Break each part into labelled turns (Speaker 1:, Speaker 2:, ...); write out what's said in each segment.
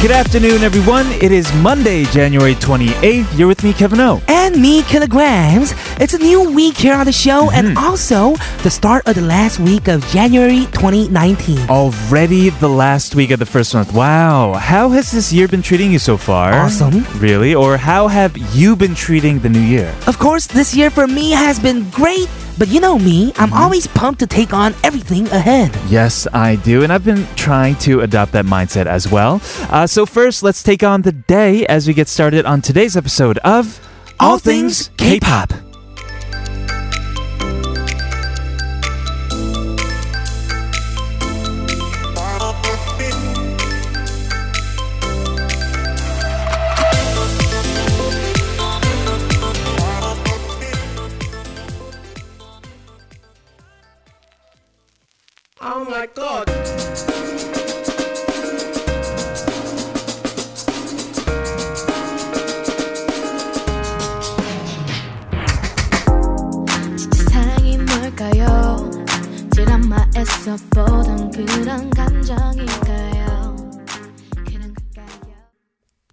Speaker 1: Good afternoon, everyone. It is Monday, January 28th. You're with me, Kevin O.
Speaker 2: and me, Kilograms. It's a new week here on the show and also the start of the last week of January 2019.
Speaker 1: Already the last week of the first month. Wow. How has this year been treating you so far?
Speaker 2: Awesome.
Speaker 1: Really? Or how have you been treating the new year?
Speaker 2: Of course, this year for me has been great, but you know me, I'm always pumped to take on everything ahead.
Speaker 1: Yes, I do. And I've been trying to adopt that mindset as well. Uh, so, first, let's take on the day as we get started on today's episode of
Speaker 2: All Things K-Pop.
Speaker 3: 세상이 뭘까요? 드라마에서 보던 그런 감정일까요? 그런 걸까요?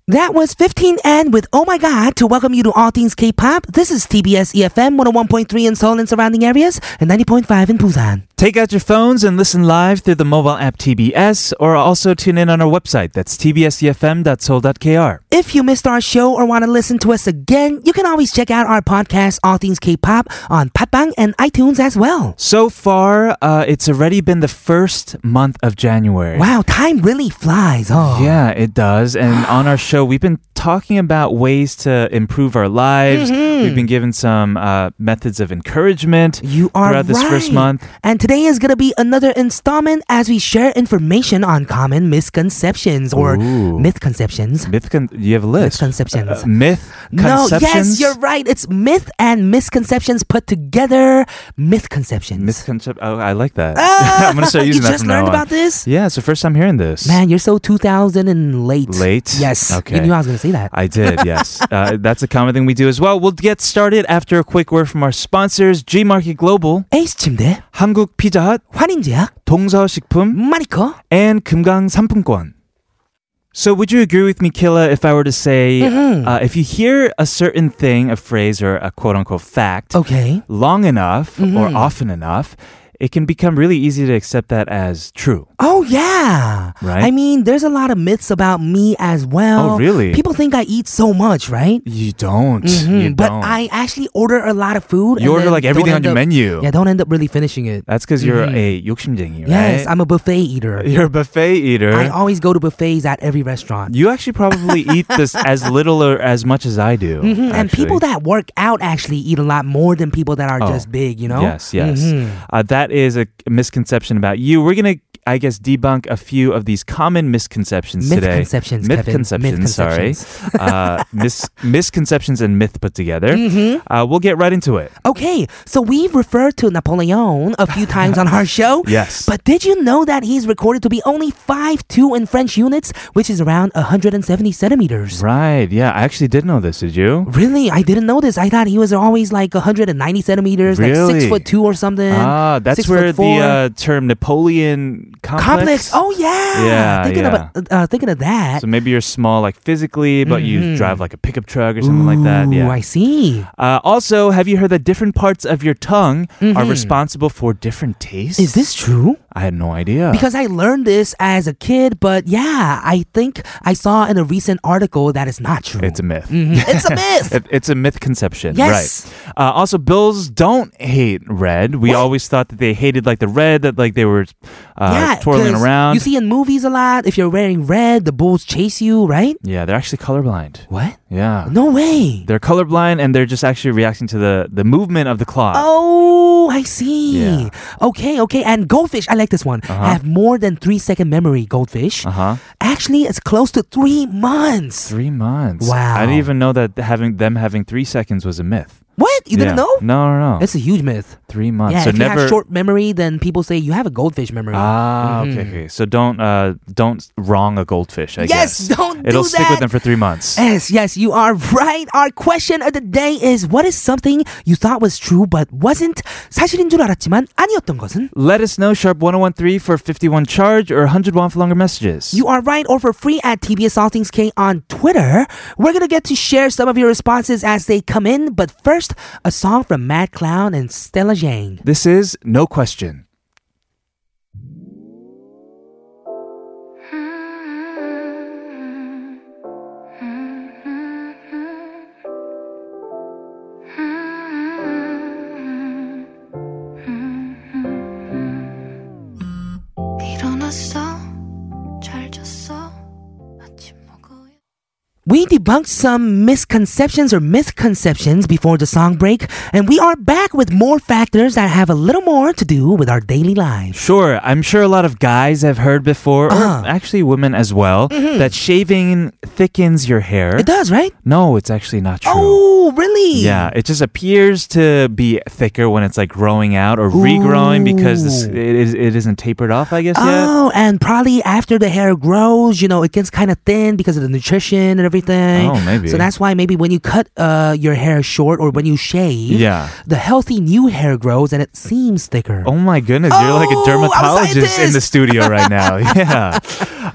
Speaker 2: That was 15N with Oh My God to welcome you to All Things K-Pop. This is TBS EFM 101.3 in Seoul and surrounding areas and 90.5 in Busan.
Speaker 1: Take out your phones and listen live through the mobile app TBS or also tune in on our website. That's tbsefm.soul.kr.
Speaker 2: If you missed our show or want to listen to us again, you can always check out our podcast, All Things K-Pop, on Patbang and iTunes as well.
Speaker 1: So far, uh, it's already been the first month of January.
Speaker 2: Wow, time really flies, Oh, huh?
Speaker 1: Yeah, it does. And on our show, we've been talking about ways to improve our lives.
Speaker 2: Mm-hmm.
Speaker 1: We've been given some uh, methods of encouragement
Speaker 2: You are
Speaker 1: throughout this first
Speaker 2: right.
Speaker 1: month.
Speaker 2: And today is going to be another installment as we share information on common misconceptions or
Speaker 1: Ooh.
Speaker 2: mythconceptions.
Speaker 1: Myth, con- you have a list.
Speaker 2: Misconceptions.
Speaker 1: Uh, myth
Speaker 2: No,
Speaker 1: conceptions.
Speaker 2: yes, you're right. It's myth and misconceptions put together. Mythconceptions.
Speaker 1: Misconception. Oh, I like that. I'm gonna start
Speaker 2: Ah, You
Speaker 1: using that
Speaker 2: just
Speaker 1: from
Speaker 2: learned
Speaker 1: now on.
Speaker 2: about this?
Speaker 1: Yeah, it's the first time hearing this.
Speaker 2: Man, you're so 2000 and late.
Speaker 1: Late?
Speaker 2: Yes.
Speaker 1: Okay.
Speaker 2: You knew I was going to say that.
Speaker 1: I did, yes. uh, that's a common thing we do as well. We'll get started after a quick word from our sponsors: G Market Global,
Speaker 2: 에이스 침대,
Speaker 1: 한국 피자 헛,
Speaker 2: 환인제약,
Speaker 1: 동서 식품,
Speaker 2: 마니커.
Speaker 1: and 금강 상품권. So, would you agree with me, Killa, if I were to say,
Speaker 2: Mm-hmm.
Speaker 1: uh, if you hear a certain thing, a phrase, or a quote unquote fact,
Speaker 2: Okay.
Speaker 1: long enough or
Speaker 2: Mm-hmm.
Speaker 1: often enough, it can become really easy to accept that as true.
Speaker 2: Oh yeah.
Speaker 1: Right?
Speaker 2: I mean, there's a lot of myths about me as well.
Speaker 1: Oh, really?
Speaker 2: People think I eat so much, right?
Speaker 1: You don't. You
Speaker 2: Mhm, but
Speaker 1: don't.
Speaker 2: I actually order a lot of food.
Speaker 1: You
Speaker 2: and
Speaker 1: order
Speaker 2: then
Speaker 1: like
Speaker 2: don't
Speaker 1: everything on
Speaker 2: end
Speaker 1: your
Speaker 2: up-
Speaker 1: menu.
Speaker 2: Yeah, don't end up really finishing it.
Speaker 1: That's because you're a 욕심쟁이, right?
Speaker 2: Yes, I'm a buffet eater.
Speaker 1: You're a buffet eater.
Speaker 2: I always go to buffets at every restaurant.
Speaker 1: you actually probably eat this as little or as much as I do.
Speaker 2: Mhm, And
Speaker 1: actually.
Speaker 2: people that work out actually eat a lot more than people that are
Speaker 1: Oh,
Speaker 2: just big, you know?
Speaker 1: Yes, yes.
Speaker 2: Mhm.
Speaker 1: Uh, that is a misconception about you. We're going to, I guess, debunk a few of these common misconceptions today.
Speaker 2: Mythconceptions, Kevin.
Speaker 1: Mythconceptions, sorry.
Speaker 2: Mythconceptions.
Speaker 1: uh, mis- misconceptions and myth put together.
Speaker 2: Mm-hmm.
Speaker 1: Uh, we'll get right into it.
Speaker 2: Okay, so we've referred to Napoleon a few times on our show.
Speaker 1: Yes.
Speaker 2: But did you know that he's recorded to be only 5'2 in French units, which is around 170 centimeters?
Speaker 1: Right. Yeah, I actually did know this, did you?
Speaker 2: Really? I didn't know this. I thought he was always like 190 centimeters, like
Speaker 1: Really?
Speaker 2: 6 foot 2 or something.
Speaker 1: Ah, that's
Speaker 2: six
Speaker 1: where
Speaker 2: foot four.
Speaker 1: the uh, term Napoleon complex.
Speaker 2: complex. Oh, yeah.
Speaker 1: Yeah,
Speaker 2: Thinking,
Speaker 1: yeah.
Speaker 2: About, uh, thinking of that.
Speaker 1: So maybe you're small, like physically, but you drive like a pickup truck or something like that.
Speaker 2: Mm-hmm. Ooh,
Speaker 1: Yeah.
Speaker 2: I see.
Speaker 1: Uh, also, have you heard that different parts of your tongue are responsible for different tastes?
Speaker 2: Mm-hmm. Is this true?
Speaker 1: I had no idea.
Speaker 2: Because I learned this as a kid, but yeah, I think I saw in a recent article that it's not true.
Speaker 1: it's a myth.
Speaker 2: Mhm. It's a myth.
Speaker 1: It- It's a myth conception,
Speaker 2: Yes.
Speaker 1: right? Uh, also, Bills don't hate red. We always thought that they hated like the red that like they were uh, twirling
Speaker 2: 'cause
Speaker 1: around.
Speaker 2: You see in movies a lot, if you're wearing red, the bulls chase you, right?
Speaker 1: yeah, they're actually colorblind.
Speaker 2: What?
Speaker 1: Yeah,
Speaker 2: No way.
Speaker 1: they're colorblind and they're just actually reacting to the the movement of the claw.
Speaker 2: Oh, I see.
Speaker 1: Yeah. Uh-huh.
Speaker 2: Okay, okay. And goldfish, I like this one. Have more than three second memory, goldfish.
Speaker 1: Uh huh.
Speaker 2: Actually, it's close to three months.
Speaker 1: Three months.
Speaker 2: Wow.
Speaker 1: I didn't even know that having them having three seconds was a myth.
Speaker 2: What? You didn't
Speaker 1: Yeah.
Speaker 2: know?
Speaker 1: No, no, no.
Speaker 2: It's a huge myth.
Speaker 1: Three months.
Speaker 2: Yeah,
Speaker 1: so
Speaker 2: if you
Speaker 1: never.
Speaker 2: have short memory, then people say you have a goldfish memory.
Speaker 1: ah, okay, okay. So don't uh, don't wrong a goldfish. I
Speaker 2: Mm-hmm. Yes,
Speaker 1: guess.
Speaker 2: don't do
Speaker 1: It'll stick
Speaker 2: that.
Speaker 1: with them for three months.
Speaker 2: Yes, yes, you are right. Our question of the day is what is something you thought was true but wasn't? 사실인 줄 알았지만 아니었던 것은?
Speaker 1: Let us know sharp 1013 for 51 charge or 100 won for longer messages.
Speaker 2: You are right or for free at TBS All Things K on Twitter. We're going to get to share some of your responses as they come in, but first, a song from Mad Clown and Stella Jang.
Speaker 1: this is no question.
Speaker 3: 일어났어 잘 잤어 아침 먹어야
Speaker 2: We debunked some misconceptions or misconceptions before the song break, and we are back with more factors that have a little more to do with our daily lives.
Speaker 1: Sure, I'm sure a lot of guys have heard before, or
Speaker 2: Uh-huh.
Speaker 1: actually women as well, that shaving thickens your hair.
Speaker 2: Mm-hmm. It does, right?
Speaker 1: No, it's actually not true.
Speaker 2: Oh, really?
Speaker 1: Yeah, it just appears to be thicker when it's like growing out or regrowing because this,
Speaker 2: Ooh.
Speaker 1: it, is, it isn't tapered off, I guess, yet.
Speaker 2: Oh, and probably after the hair grows, you know, it gets kind of thin because of the nutrition and everything.
Speaker 1: Oh, maybe.
Speaker 2: So that's why maybe when you cut uh, your hair short or when you shave,
Speaker 1: Yeah.
Speaker 2: the healthy new hair grows and it seems thicker.
Speaker 1: Oh my goodness, you're like a
Speaker 2: Oh, I'm a
Speaker 1: dermatologist in the
Speaker 2: scientist.
Speaker 1: studio right now. yeah.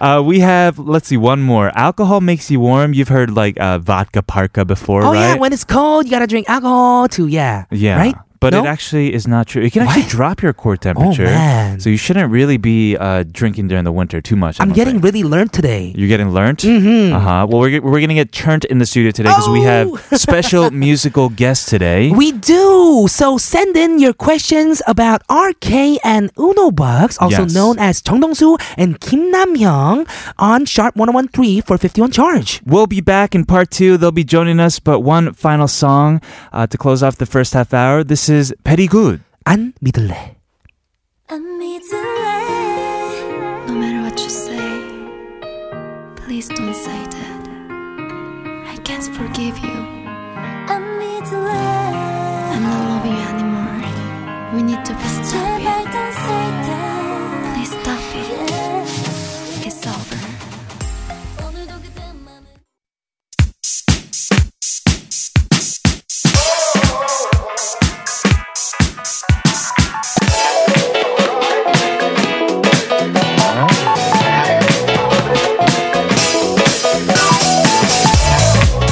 Speaker 1: Uh, we have, let's see, one more. Alcohol makes you warm. You've heard like uh, vodka parka before,
Speaker 2: Oh,
Speaker 1: right?
Speaker 2: yeah, when it's cold, you gotta drink alcohol too. Yeah.
Speaker 1: Yeah.
Speaker 2: Right?
Speaker 1: But
Speaker 2: No?
Speaker 1: it actually is not true. It can actually drop your core temperature.
Speaker 2: man.
Speaker 1: So you shouldn't really be uh, drinking during the winter too much. I
Speaker 2: I'm
Speaker 1: don't
Speaker 2: getting
Speaker 1: think.
Speaker 2: really learned today.
Speaker 1: You're getting learnt? Mm-hmm. Uh huh. Well, we're, get- we're going to get churned in the studio today because we have
Speaker 2: Oh!
Speaker 1: special musical guests today.
Speaker 2: We do. So send in your questions about RK and Uno Bucks, also
Speaker 1: Yes.
Speaker 2: known as Chong Dong-soo and Kim Nam-hyung on Sharp 1013 for 51 charge.
Speaker 1: We'll be back in part two. They'll be joining us, but one final song uh, to close off the first half hour. This is Petty Good.
Speaker 2: 안 믿을래.
Speaker 3: 안 믿을래 No matter what you say Please don't say that I can't forgive you 안 믿을래 I'm not loving you anymore We need to be stop it Please stop it It's over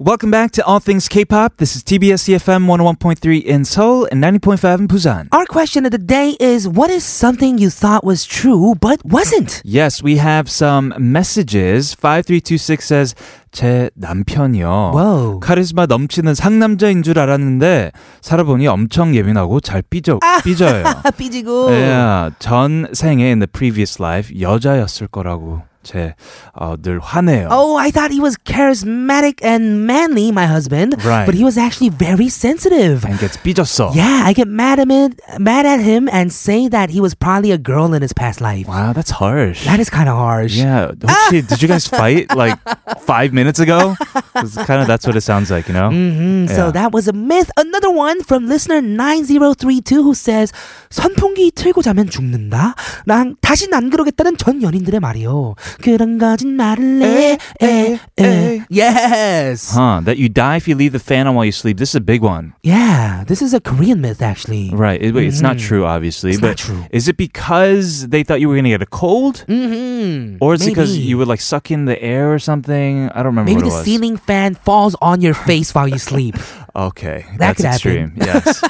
Speaker 1: Welcome back to All Things K-Pop. This is TBS EFM 101.3 in Seoul and 90.5 in Busan.
Speaker 2: Our question of the day is what is something you thought was true but wasn't?
Speaker 1: Yes, we have some messages. 5326 says 제 남편이요.
Speaker 2: Wow.
Speaker 1: 카리스마 넘치는 상남자인 줄 알았는데 살아보니 엄청 예민하고 잘 삐져 삐져요.
Speaker 2: 삐지고.
Speaker 1: yeah, 전 생에 in the previous life 여자였을 거라고 제늘 화내요.
Speaker 2: Oh, I thought he was charismatic and manly, my husband.
Speaker 1: Right.
Speaker 2: But he was actually very sensitive.
Speaker 1: And gets 삐졌어.
Speaker 2: Yeah, I get mad at him, mad at him and say that he was probably a girl in his past life.
Speaker 1: Wow, that's harsh.
Speaker 2: That is kind of harsh.
Speaker 1: yeah. 혹시 did you guys fight like five minutes ago? It's kind of that's what it sounds like, you know.
Speaker 2: hmm So
Speaker 1: Yeah.
Speaker 2: that was a myth. Another one from listener 9032 who says 선풍기 틀고 자면 죽는다. 난 다신 안 그러겠다는 전 연인들의 말이요. 그런 거짓말을 해. 에, 에. Yes.
Speaker 1: Huh? That you die if you leave the fan on while you sleep. This is a big one.
Speaker 2: Yeah, this is a Korean myth actually.
Speaker 1: Right. It, wait, it's not true, obviously.
Speaker 2: Mm-hmm. It's
Speaker 1: but
Speaker 2: not true.
Speaker 1: Is it because they thought you were going to get a cold,
Speaker 2: Mm-hmm.
Speaker 1: or it's because you would like suck in the air or something? I don't remember
Speaker 2: Maybe
Speaker 1: what
Speaker 2: the
Speaker 1: it was.
Speaker 2: ceiling fan falls on your face while you sleep.
Speaker 1: Okay,
Speaker 2: That
Speaker 1: that's
Speaker 2: could happen.
Speaker 1: extreme. Yes.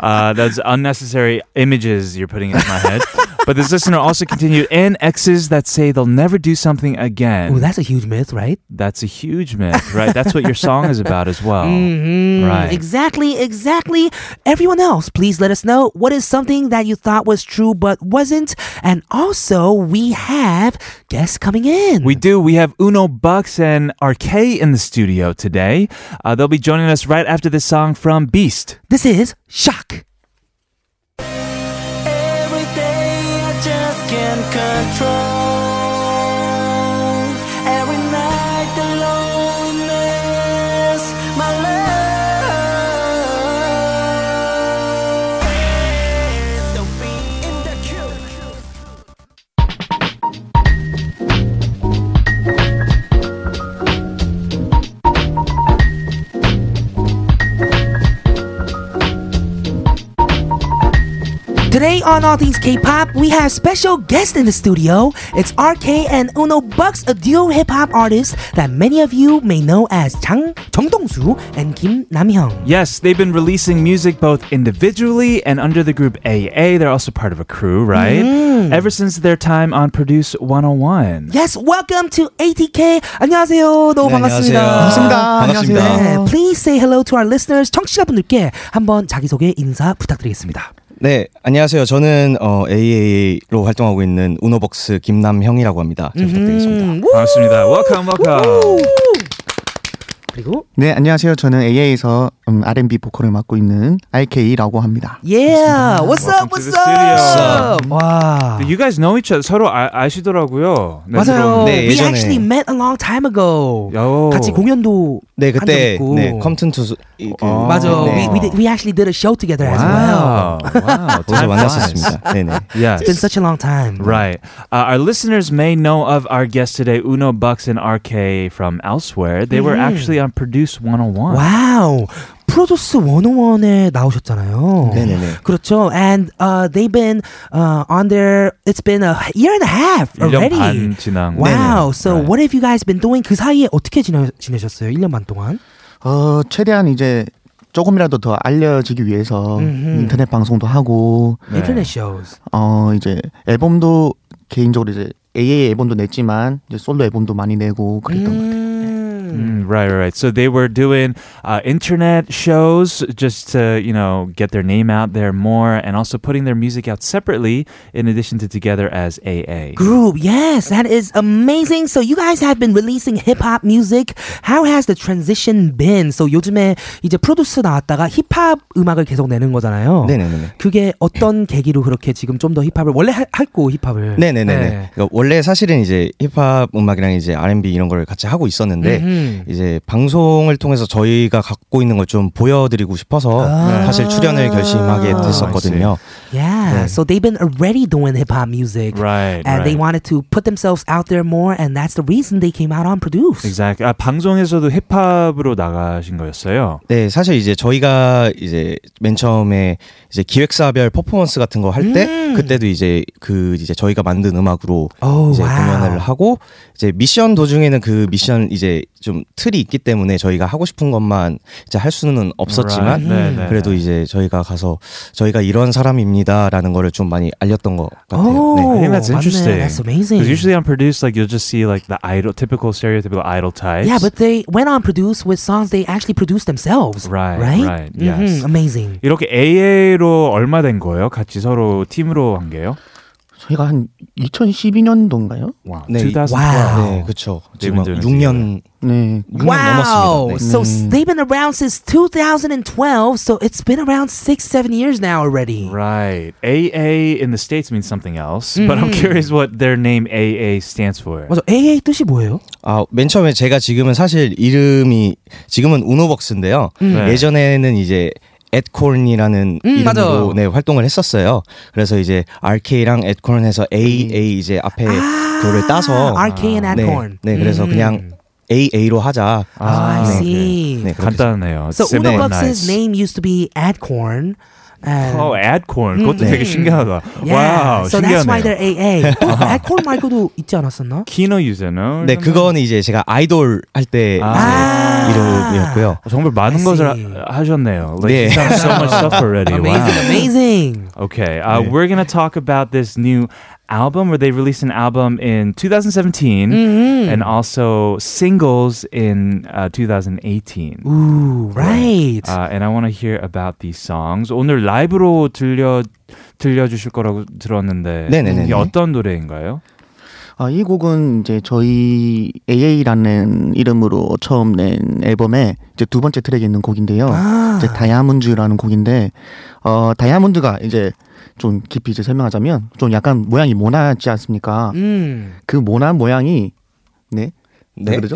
Speaker 1: Uh, that's unnecessary images you're putting in my head. But this listener also continued, and exes that say they'll never do something
Speaker 2: Oh,
Speaker 1: again.
Speaker 2: that's a huge myth, right?
Speaker 1: That's a huge myth, right? That's what your song is about as well.
Speaker 2: Mm,
Speaker 1: Right.
Speaker 2: Exactly, exactly. Everyone else, please let us know what is something that you thought was true but wasn't. And also, we have guests coming in.
Speaker 1: We do. We have Uno Bucks and RK in the studio today. Uh, they'll be joining us right after this song from Beast.
Speaker 2: this is Shock.
Speaker 4: Every day I just can't control. Every night the loneliness, my love. So be in the queue.
Speaker 2: Today on All Things K-Pop, we have special guests in the studio. It's RK and Uno Bucks, a duo hip-hop artist that many of you may know as Chang, Chong Dong-soo and Kim Nam-hyung.
Speaker 1: Yes, they've been releasing music both individually and under the group AA. They're also part of a crew, right? Ever since their time on Produce 101.
Speaker 2: Yes, welcome to ATK. 네, 안녕하세요. 너무 반갑습니다.
Speaker 5: 반갑습니다.
Speaker 2: 네,
Speaker 1: 아.
Speaker 2: please say hello to our listeners. 청취자분들께 한번 자기소개 인사 부탁드리겠습니다.
Speaker 5: 네, 안녕하세요. 저는 어, AA로 활동하고 있는 우노벅스 김남형이라고 합니다. 잘 부탁드리겠습니다.
Speaker 2: 음, 우!
Speaker 1: 반갑습니다. Welcome,
Speaker 2: 우!
Speaker 1: welcome.
Speaker 2: 그리고
Speaker 6: 네, 안녕하세요. 저는 AA에서 음, R&B 보컬을 맡고 있는 IK라고 합니다.
Speaker 2: yeah, what's
Speaker 1: Welcome to
Speaker 2: up, what's
Speaker 1: the studio.
Speaker 2: up? 와,
Speaker 1: You guys know each other. 서로 아, 아시더라고요. 네,
Speaker 2: 맞아요.
Speaker 1: 서로.
Speaker 5: 네,
Speaker 2: We
Speaker 5: 예전에.
Speaker 2: actually met a long time ago.
Speaker 1: 요.
Speaker 2: 같이 공연도
Speaker 5: 네,
Speaker 2: 한적
Speaker 5: 그때
Speaker 2: 있고. 음,
Speaker 5: 네, 컴튼 투
Speaker 1: 어.
Speaker 2: 맞아.
Speaker 1: 네.
Speaker 2: We, we, did, we actually did a show together as
Speaker 1: Wow.
Speaker 2: well.
Speaker 1: wow.
Speaker 5: 거기서
Speaker 1: Time flies.
Speaker 5: 만났었습니다. 네, 네.
Speaker 1: Yes.
Speaker 2: It's been such a long time.
Speaker 1: Right. Uh, our listeners may know of our guests today, Uno Bucks and RK from elsewhere. They were actually on Produce 101.
Speaker 2: 와우. 프로듀스 101에 나오셨잖아요.
Speaker 5: 네네네.
Speaker 2: 그렇죠. And uh, they've been uh, on their it's been a year and a half
Speaker 1: 1년
Speaker 2: already.
Speaker 1: 반 지난
Speaker 2: Wow. So
Speaker 1: Right.
Speaker 2: what have you guys been doing? 그 사이에 어떻게 지내, 지내셨어요? 1년 반 동안?
Speaker 6: 어, 최대한 이제 조금이라도 더 알려지기 위해서
Speaker 2: 음흠.
Speaker 6: 인터넷 방송도 하고
Speaker 1: 네.
Speaker 2: 인터넷 shows.
Speaker 6: 어, 이제 앨범도 개인적으로 이제 AA 앨범도 냈지만 이제 솔로 앨범도 많이 내고 그랬던 것 같아요.
Speaker 2: 음.
Speaker 1: Mm, right, right, right. So they were doing uh, internet shows just to, you know, get their name out there more and also putting their music out separately in addition to together as AA.
Speaker 2: Group, yes, that is amazing. So you guys have been releasing hip hop music. How has the transition been? So 요즘에 이제 프로듀스 나왔다가 힙합 음악을 계속 내는 거잖아요.
Speaker 5: 네, 네, 네.
Speaker 2: 그게 어떤 계기로 그렇게 지금 좀 더 힙합을 원래 하, 했고 힙합을.
Speaker 5: 네, 네, 네. 그러니까 원래 사실은 이제 힙합 음악이랑 이제 R&B 이런 걸 같이 하고 있었는데
Speaker 2: 음흠.
Speaker 5: 이제 방송을 통해서 저희가 갖고 있는 걸 좀 보여드리고 싶어서
Speaker 2: 아.
Speaker 5: 사실 출연을 결심하게 됐었거든요.
Speaker 2: Yeah.
Speaker 5: 네.
Speaker 2: So they've been already doing hip hop music.
Speaker 1: Right. right.
Speaker 2: And they wanted to put themselves out there more, and that's the reason they came out on Produce.
Speaker 1: Exactly. 아, uh, 방송에서도 힙합으로 나가신 거였어요.
Speaker 5: 네, 사실 이제 저희가 이제 맨 처음에 이제 기획사별 퍼포먼스 같은 거 할 때
Speaker 2: 음.
Speaker 5: 그때도 이제 그 이제 저희가 만든 음악으로
Speaker 2: Oh,
Speaker 5: 이제
Speaker 2: wow.
Speaker 5: 공연을 하고 이제 미션 도중에는 그 미션 이제 좀 틀이 있기 때문에 저희가 하고 싶은 것만 이제 할 수는 없었지만
Speaker 1: Right. 네, 네,
Speaker 5: 그래도
Speaker 1: 네.
Speaker 5: 이제 저희가 가서 저희가 이런 사람입니다라는 거를 좀 많이 알렸던 것 같아요.
Speaker 2: Oh,
Speaker 5: 네.
Speaker 1: I think that's
Speaker 2: 맞네.
Speaker 1: interesting.
Speaker 2: That's amazing.
Speaker 1: Because usually on Produce, like you'll just see like the idol, typical stereotypical idol types.
Speaker 2: yeah, but they went on Produce with songs they actually produced themselves.
Speaker 1: Right,
Speaker 2: Right?
Speaker 1: right,
Speaker 2: Mhm,
Speaker 1: yes.
Speaker 2: Amazing.
Speaker 1: 이렇게 AA로 얼마 된 거예요? 같이 서로 팀으로 한 게요?
Speaker 6: 저희가 한 2012년도인가요?
Speaker 1: 와,
Speaker 5: 네,
Speaker 1: 2012.
Speaker 2: 와우.
Speaker 5: 네, 그렇죠. 지금
Speaker 1: 네,
Speaker 5: 6년
Speaker 6: 네.
Speaker 5: 6년
Speaker 2: wow.
Speaker 5: 넘었습니다. 네.
Speaker 2: So s- they've been around since 2012, so it's been around six, seven years now already.
Speaker 1: Right. AA in the States means something else, but I'm
Speaker 2: Mm-hmm.
Speaker 1: curious what their name AA stands for.
Speaker 2: 맞아. AA 뜻이 뭐예요?
Speaker 5: 아, 맨 처음에 제가 지금은 사실 이름이 지금은 우노벅스인데요.
Speaker 1: 네.
Speaker 5: 예전에는 이제 앳콜이라는
Speaker 2: 음, 맞아.
Speaker 5: 이름으로 네, 활동을 했었어요. 그래서 이제 RK랑 앳콜에서 AA 이제 앞에 그거를 따서
Speaker 2: 아, RK Ah, and
Speaker 5: 네,
Speaker 2: Adcorn.
Speaker 5: 네, 그래서 그냥 AA로 하자.
Speaker 2: Oh, 음. I
Speaker 1: 아,
Speaker 2: see.
Speaker 5: 네, 그렇게
Speaker 1: 간단해요.
Speaker 2: So
Speaker 1: Simple
Speaker 2: Uno
Speaker 1: and nice.
Speaker 2: Bucks' name used to be Adcorn. And
Speaker 5: Oh,
Speaker 1: 어, 앳콘. Oh, 그것도
Speaker 2: 음.
Speaker 1: 되게 신기하다.
Speaker 2: Mm-hmm. yeah.
Speaker 1: 와우,
Speaker 2: so that's
Speaker 1: 신기하네.
Speaker 2: why they're AA. 또 에콜 말고도 있지 않았었나?
Speaker 1: 키노 유저는
Speaker 5: 네, 그거는 이제 제가 아이돌 할 때
Speaker 1: 아.
Speaker 5: 이름이었고요.
Speaker 1: 정말 많은
Speaker 2: I
Speaker 1: 것을
Speaker 2: see.
Speaker 1: 하- 하셨네요. Like,
Speaker 5: 네.
Speaker 1: you've done so much stuff already.
Speaker 2: Amazing,
Speaker 1: wow.
Speaker 2: amazing.
Speaker 1: Okay, uh,
Speaker 5: 네.
Speaker 1: we're gonna talk about this new album, where they released an album in 2017
Speaker 2: 음.
Speaker 1: and also singles in uh, 2018.
Speaker 2: Ooh, right.
Speaker 1: Uh, and I want to hear about these songs. 오늘 라이브로 들려 들려주실 거라고 들었는데
Speaker 5: 네네네네.
Speaker 1: 이게 어떤 노래인가요?
Speaker 6: 아, 이 곡은 이제 저희 AA라는 이름으로 처음 낸 앨범에 이제 두 번째 트랙에 있는 곡인데요.
Speaker 2: 아.
Speaker 6: 이제 다이아몬드라는 곡인데 어 다이아몬드가 이제 좀 깊이 이제 설명하자면 좀 약간 모양이 모나지 않습니까?
Speaker 2: 음.
Speaker 6: 그 모난 모양이 네. 왜
Speaker 5: 네.
Speaker 6: 그러죠?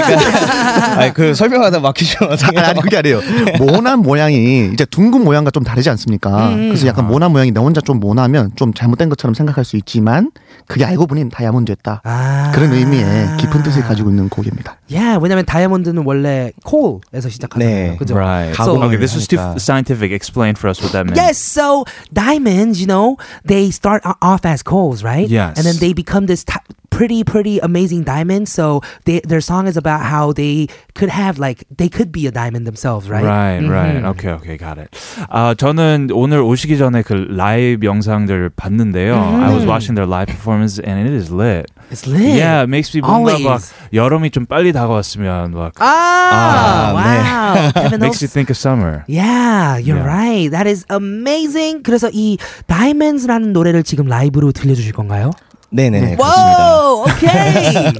Speaker 5: 그러니까 아니, 그 설명하다
Speaker 6: 아니,
Speaker 5: 막히셔가지고
Speaker 6: 아니 그게 아니에요. 모난 모양이 이제 둥근 모양과 좀 다르지 않습니까?
Speaker 2: 음, 음.
Speaker 6: 그래서 약간
Speaker 1: 아.
Speaker 6: 모난 모양이 나 혼자 좀 모나면 좀 잘못된 것처럼 생각할 수 있지만 그게 알고 보니 다이아몬드였다.
Speaker 2: 아.
Speaker 6: 그런 의미의 깊은 뜻을 가지고 있는 곡입니다.
Speaker 2: Yeah, 왜냐면 다이아몬드는 원래 콜에서 시작하잖아요.
Speaker 5: 네.
Speaker 2: 그죠?
Speaker 1: Right.
Speaker 5: 가공을
Speaker 1: okay, this was too
Speaker 5: 하니까.
Speaker 1: scientific. Explain for us what that meant.
Speaker 2: Yes, so diamonds, you know, they start o- off as coals, right?
Speaker 1: Yes.
Speaker 2: And then they become this t- pretty, pretty amazing diamond. So they, their song is about how they could have, like, they could be a diamond themselves, right?
Speaker 1: Right, right.
Speaker 5: Mm-hmm.
Speaker 2: Mhm.
Speaker 1: Okay, okay, got it. 아, 저는 오늘 오시기 전에 그 라이브 영상들 봤는데요.
Speaker 5: Mm-hmm.
Speaker 1: I was watching their live performance and it is lit.
Speaker 2: It's
Speaker 5: 네.
Speaker 2: lit.
Speaker 1: Yeah, it makes me 뭔가 막
Speaker 2: Always.
Speaker 1: 여름이 좀 빨리 다가왔으면 막
Speaker 5: 아,
Speaker 2: Ah,
Speaker 5: Ah,
Speaker 2: wow. Kevin
Speaker 1: makes you
Speaker 2: Olsen.
Speaker 1: think of summer.
Speaker 2: Yeah, you're
Speaker 1: Yeah.
Speaker 2: right. That is amazing. 그래서 이 Diamonds라는 노래를 지금 라이브로 들려주실 건가요?
Speaker 5: 네네네 그렇습니다.
Speaker 2: Whoa, okay.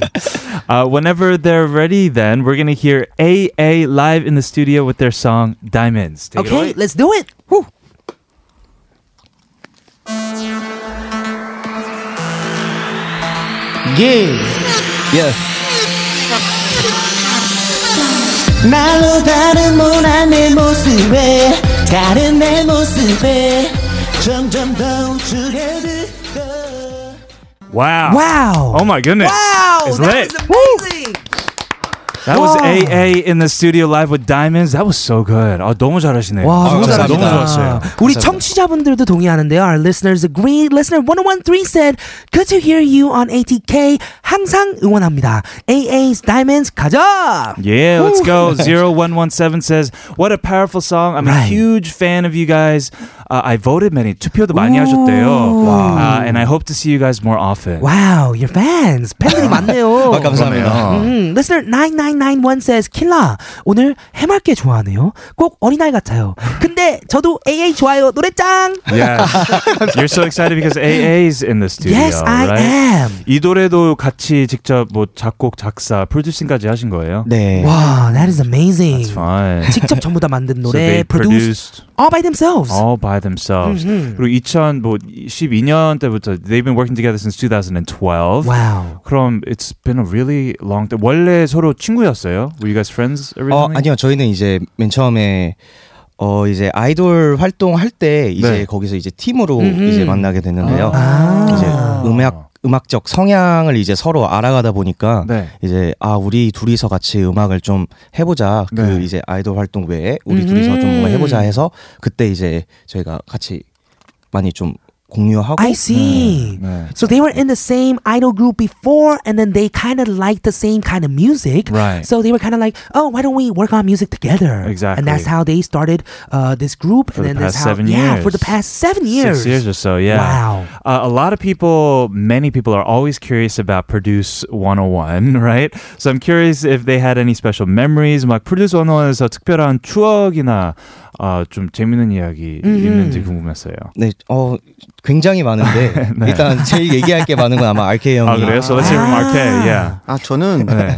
Speaker 1: Uh, whenever they're ready, then we're gonna hear AA live in the studio with their song Diamonds. Take it away.
Speaker 2: okay, let's do it. Woo.
Speaker 5: 예.
Speaker 4: 나로 다른 모난 내 모습에 다른 내 모습에 점점 더 우쭐해들어
Speaker 1: Wow.
Speaker 2: Wow.
Speaker 1: Oh my goodness.
Speaker 2: Wow,
Speaker 1: It's
Speaker 2: that
Speaker 1: lit.
Speaker 2: was amazing.
Speaker 1: That was
Speaker 2: Wow.
Speaker 1: AA in the studio live with Diamonds. That was so good. 아, 너무 잘하시네요. Oh,
Speaker 2: 와,
Speaker 5: 아,
Speaker 2: 너무 잘하셨다.
Speaker 5: 감사합니다.
Speaker 1: 너무 좋았어요.
Speaker 2: 우리 청취자분들도 동의하는데요. Our listeners agree. Listener 1013 said, Good to hear you on ATK. 항상 응원합니다. AA's Diamonds 가자!
Speaker 1: Yeah, let's go. 0117 says, What a powerful song. I'm a
Speaker 2: Right.
Speaker 1: huge fan of you guys. Uh, I voted many. 투표도 많이
Speaker 2: Ooh.
Speaker 1: 하셨대요. Uh, and I hope to see you guys more often.
Speaker 2: Wow, your fans. 팬들이 많네요.
Speaker 5: 아, 감사합니다.
Speaker 2: 음, listener 9991 says, 킬라, 오늘 해맑게 좋아하네요. 꼭 어린아이 같아요. 근데 저도 AA 좋아요. 노래 짱!
Speaker 1: Yeah. You're so excited because AA's in the studio.
Speaker 2: Yes, I
Speaker 1: right?
Speaker 2: am.
Speaker 1: 이 노래도 같이 직접 뭐 작곡, 작사, 프로듀싱까지 하신 거예요?
Speaker 5: 네.
Speaker 2: Wow, that is amazing.
Speaker 1: That's fine.
Speaker 2: 직접 전부 다 만든
Speaker 1: So
Speaker 2: 노래,
Speaker 1: they produced
Speaker 2: produced all by themselves.
Speaker 1: all by themselves.
Speaker 2: 음흠.
Speaker 1: 그리고 2012년 때부터 they've been working together since 2012.
Speaker 2: Wow.
Speaker 1: 그럼 it's been a really long time. 원래 서로 친구였어요? Were you guys friends
Speaker 5: 어
Speaker 1: originally?
Speaker 5: 아니요 저희는 이제 맨 처음에 어 이제 아이돌 활동할 때 이제
Speaker 1: 네.
Speaker 5: 거기서 이제 팀으로
Speaker 2: 음흠.
Speaker 5: 이제 만나게 됐는데요.
Speaker 2: 아.
Speaker 5: 이제 음악 음악적 성향을 이제 서로 알아가다 보니까
Speaker 1: 네.
Speaker 5: 이제 아 우리 둘이서 같이 음악을 좀 해보자 그
Speaker 1: 네.
Speaker 5: 이제 아이돌 활동 외에 우리
Speaker 2: 음.
Speaker 5: 둘이서 좀 뭔가 해보자 해서 그때 이제 저희가 같이 많이 좀 공유하고
Speaker 2: I see.
Speaker 1: 네.
Speaker 2: So they were in the same idol group before, and then they kind of liked the same kind of music.
Speaker 1: Right.
Speaker 2: So they were kind of like, oh, why don't we work on music together?
Speaker 1: Exactly.
Speaker 2: And that's how they started uh, this group.
Speaker 1: For the
Speaker 2: and then that's
Speaker 1: past
Speaker 2: how,
Speaker 1: seven
Speaker 2: Yeah, for the
Speaker 1: years.
Speaker 2: past seven
Speaker 1: Six
Speaker 2: years.
Speaker 1: years or so, yeah.
Speaker 2: Wow.
Speaker 1: Uh, a lot of people, many people are always curious about Produce 101, right? So I'm curious if they had any special memories. 막 Produce 101에서 특별한 추억이나 어, 좀 재밌는 이야기 있는지 궁금했어요.
Speaker 5: 네, 어 굉장히 많은데 일단 제일 얘기할 게 많은 건 아마 RK 형이
Speaker 1: 네. 아 그래요? So let's hear from RK. Yeah.
Speaker 6: 아 저는
Speaker 1: 네.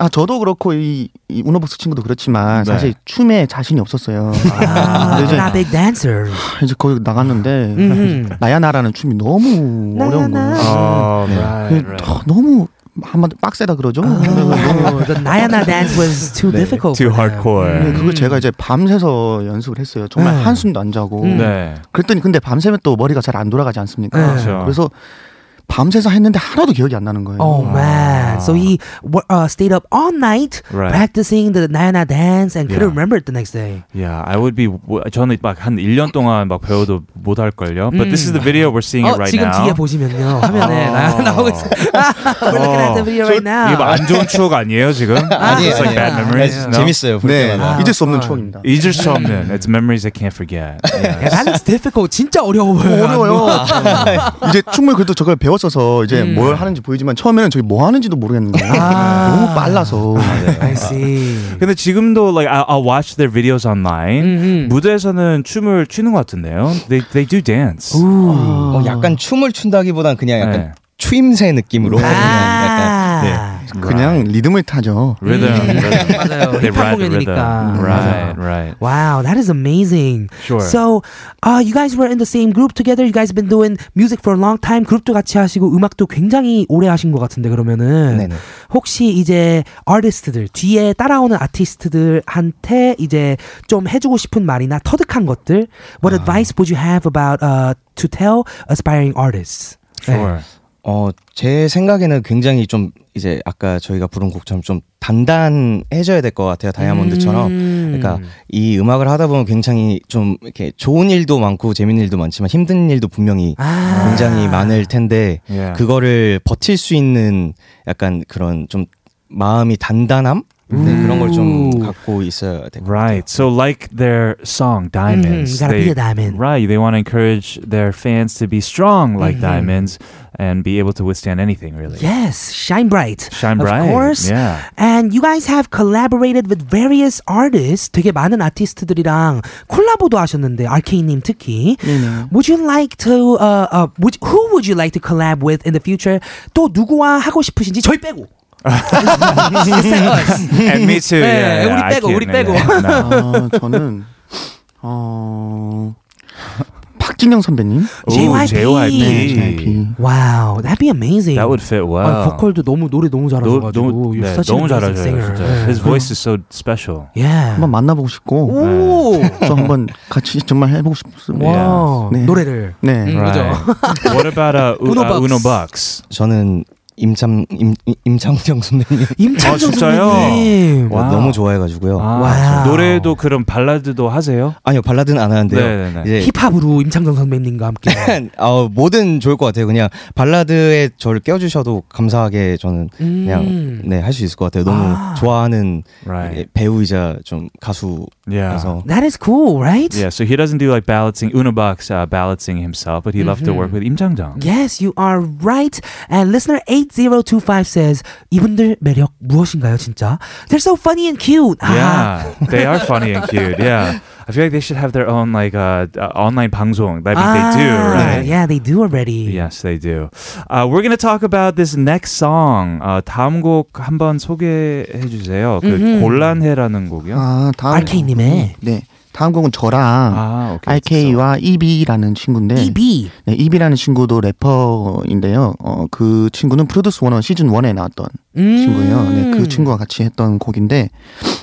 Speaker 6: 아 저도 그렇고 이, 이 우노박스 친구도 그렇지만
Speaker 1: 네. 아.
Speaker 6: 사실 춤에 자신이 없었어요.
Speaker 2: Uh,
Speaker 6: 근데
Speaker 2: they're
Speaker 6: 이제,
Speaker 2: not big dancers.
Speaker 6: 이제 거기 나갔는데
Speaker 2: Mhm.
Speaker 6: 나야나라는 춤이 너무 어려운 거예요. 아,
Speaker 1: Oh,
Speaker 6: 그,
Speaker 1: right, right.
Speaker 6: 어, 너무 한마디 빡세다 그러죠.
Speaker 2: 아.
Speaker 6: 네, 그래서
Speaker 2: Oh, the Nayana dance was too difficult.
Speaker 1: Too
Speaker 2: for them.
Speaker 1: hardcore.
Speaker 6: 그걸 제가 이제 밤새서 연습을 했어요. 정말
Speaker 2: 음.
Speaker 6: 한숨도 안 자고.
Speaker 1: 네.
Speaker 6: 그랬더니 근데 밤새면 또 머리가 잘 안 돌아가지 않습니까?
Speaker 2: 네.
Speaker 1: 그렇죠.
Speaker 6: 그래서 밤새서 했는데 하나도 기억이 안 나는 거예요.
Speaker 2: Oh man. So he wo- uh, stayed up all night
Speaker 1: Right.
Speaker 2: practicing the Nana dance and couldn't
Speaker 1: Yeah.
Speaker 2: remember it the next day.
Speaker 1: Yeah, I would be 뭐- 저는 막한 1년 동안 막 배워도 못 할 걸요. But this is the video we're seeing it
Speaker 2: 어,
Speaker 1: right
Speaker 2: 지금
Speaker 1: now.
Speaker 2: 뒤에 보시면요. 화면에
Speaker 1: 어.
Speaker 2: 나, 나오고 있어요. We're looking at the video right now.
Speaker 1: 이게 막안 좋은 추억 아니에요, 지금?
Speaker 5: 아니에요,
Speaker 1: It's like bad
Speaker 5: 아니에요.
Speaker 1: memories. no?
Speaker 5: 재밌어요. 볼
Speaker 6: 네,
Speaker 5: 때마다.
Speaker 6: 잊을 수 없는
Speaker 2: 아.
Speaker 6: 추억입니다.
Speaker 1: 잊을 수 없는 It's memories I can't forget.
Speaker 2: Yeah, that looks difficult. 진짜 어려워 보여요.
Speaker 6: 어려워요. 네. 이제 충분히 그래도 저걸 배웠어서 이제
Speaker 2: 아, 음.
Speaker 6: 뭘 하는지 보이지만 처음에는 저게 뭐 하는지도 모르겠는 거예요.
Speaker 2: 아. 네.
Speaker 6: 너무 빨라서.
Speaker 2: I see.
Speaker 1: 근데 지금도 like I, I'll watch their videos online.
Speaker 2: 음, 음.
Speaker 1: 무대에서는 춤을 추는 것 같은데요. They they do dance.
Speaker 2: 우.
Speaker 5: 어, 약간 춤을 춘다기보단 그냥 약간
Speaker 1: 네.
Speaker 5: 추임새 느낌으로 그냥 뭐, 약간 네.
Speaker 2: 아.
Speaker 6: 그냥 리듬을 타죠.
Speaker 1: Rhythm. rhythm.
Speaker 2: 맞아요.
Speaker 1: They
Speaker 2: 힙합
Speaker 1: ride the rhythm.
Speaker 2: 공연이니까.
Speaker 1: Right, right.
Speaker 2: Wow, that is amazing.
Speaker 1: Sure.
Speaker 2: So, uh, you guys were in the same group together. You guys have been doing music for a long time. 그룹도 같이 하시고 음악도 굉장히 오래 하신 것 같은데 그러면은
Speaker 5: 네네.
Speaker 2: 혹시 이제 아티스트들 뒤에 따라오는 아티스트들한테 이제 좀 해주고 싶은 말이나 터득한 것들
Speaker 5: 아.
Speaker 2: What advice would you have about uh, to tell aspiring artists?
Speaker 1: Sure.
Speaker 5: 어, 제 생각에는 굉장히 좀 이제 아까 저희가 부른 곡처럼 좀 단단해져야 될 것 같아요. 다이아몬드처럼.
Speaker 2: 음.
Speaker 5: 그러니까 이 음악을 하다 보면 굉장히 좀 이렇게 좋은 일도 많고 재밌는 일도 많지만 힘든 일도 분명히
Speaker 2: 아.
Speaker 5: 굉장히 많을 텐데
Speaker 1: Yeah.
Speaker 5: 그거를 버틸 수 있는 약간 그런 좀 마음이 단단함 네, 그런 걸 좀 갖고 있어야 될 것 같아요.
Speaker 1: Right. So, like their song "Diamonds,"
Speaker 2: Mhm, gotta be a diamond.
Speaker 1: Right. They want to encourage their fans to be strong like
Speaker 2: Mhm.
Speaker 1: diamonds and be able to withstand anything. Really.
Speaker 2: Yes, shine bright.
Speaker 1: Shine
Speaker 2: Of
Speaker 1: bright.
Speaker 2: course.
Speaker 1: Yeah.
Speaker 2: And you guys have collaborated with various artists. 되게 많은 아티스트들이랑 콜라보도 하셨는데 RK님 특히. Would you like to uh, uh would, who would you like to collab with in the future? 또 누구와 하고 싶으신지 저희 빼고. Except us.
Speaker 1: and me too. yeah, yeah,
Speaker 2: 네, 우리
Speaker 1: I
Speaker 2: 빼고,
Speaker 1: can't-
Speaker 2: 우리
Speaker 1: yeah,
Speaker 2: 빼고.
Speaker 1: yeah, no.
Speaker 6: 아, 저는 어 박진영 선배님.
Speaker 1: Ooh,
Speaker 2: JYP.
Speaker 1: 예.
Speaker 6: 네,
Speaker 1: JYP.
Speaker 6: JYP.
Speaker 2: Wow, that'd be amazing.
Speaker 1: That would fit well.
Speaker 2: 아, 보컬도 너무 노래 너무
Speaker 1: 너-
Speaker 2: 잘하셔가지고
Speaker 1: 너무-
Speaker 2: You're
Speaker 1: 네,
Speaker 2: such
Speaker 1: 너무
Speaker 2: an amazing
Speaker 1: 잘하셔요.
Speaker 2: singer.
Speaker 1: 진짜.
Speaker 2: 네.
Speaker 1: His voice is so special.
Speaker 2: Yeah.
Speaker 6: 한번 만나보고 싶고
Speaker 2: 오.
Speaker 6: 저 한번 같이 정말 해보고 싶습니다.
Speaker 1: 와.
Speaker 2: 와우.
Speaker 6: 네.
Speaker 2: 노래를.
Speaker 6: 네.
Speaker 2: 음. 그죠?
Speaker 1: Right. what about uh, U-
Speaker 2: Uno
Speaker 1: uh,
Speaker 2: Bucks.
Speaker 1: Uno Bucks?
Speaker 5: 저는 임참 임, 임창정 선배님
Speaker 1: 아,
Speaker 2: 임창정
Speaker 1: 진짜요?
Speaker 2: 선배님.
Speaker 1: 와우.
Speaker 5: 너무 좋아해가지고요.
Speaker 1: 아,
Speaker 2: 와우.
Speaker 1: 노래도 그럼 발라드도 하세요?
Speaker 5: 아니요 발라드는 안 하는데요.
Speaker 1: 네네네.
Speaker 5: 이제
Speaker 2: 힙합으로 임창정 선배님과 함께.
Speaker 1: 네.
Speaker 5: 어, 뭐든 좋을 것 같아요. 그냥 발라드에 저를 껴주셔도 감사하게 저는
Speaker 2: 음.
Speaker 5: 그냥 네 할 수 있을 것 같아요. 너무
Speaker 2: 아.
Speaker 5: 좋아하는
Speaker 1: Right.
Speaker 5: 배우이자 좀 가수라서
Speaker 1: Yeah.
Speaker 2: That is cool, right?
Speaker 1: Yeah, so he doesn't do like balloting, Unabox uh, balloting himself, but he loves
Speaker 2: Mm-hmm.
Speaker 1: to work with Im Chang Jung.
Speaker 2: Yes, you are right. And listener 8025 says 이분들 매력 무엇인가요, 진짜? They're so funny and cute. 아,
Speaker 1: Yeah, they are funny and cute. Yeah, I feel like they should have their own like uh, uh, online 방송. I mean, they do,
Speaker 2: Ah,
Speaker 1: right?
Speaker 2: Yeah, they do already.
Speaker 1: Yes, they do. Uh, we're gonna talk about this next song. Uh, 다음 곡 한번 소개해 주세요. 그
Speaker 2: 음흠.
Speaker 1: 곤란해라는 곡이요.
Speaker 6: 아 다음
Speaker 2: RK 님의.
Speaker 6: 네 다음 곡은 저랑
Speaker 1: 아, 오케이.
Speaker 6: RK와 EB라는 친구인데
Speaker 2: EB.
Speaker 6: 네, EB라는 친구도 래퍼인데요. 어, 그 친구는 프로듀스 원원 시즌 1에 나왔던
Speaker 2: 음.
Speaker 6: 친구예요. 네, 그 친구와 같이 했던 곡인데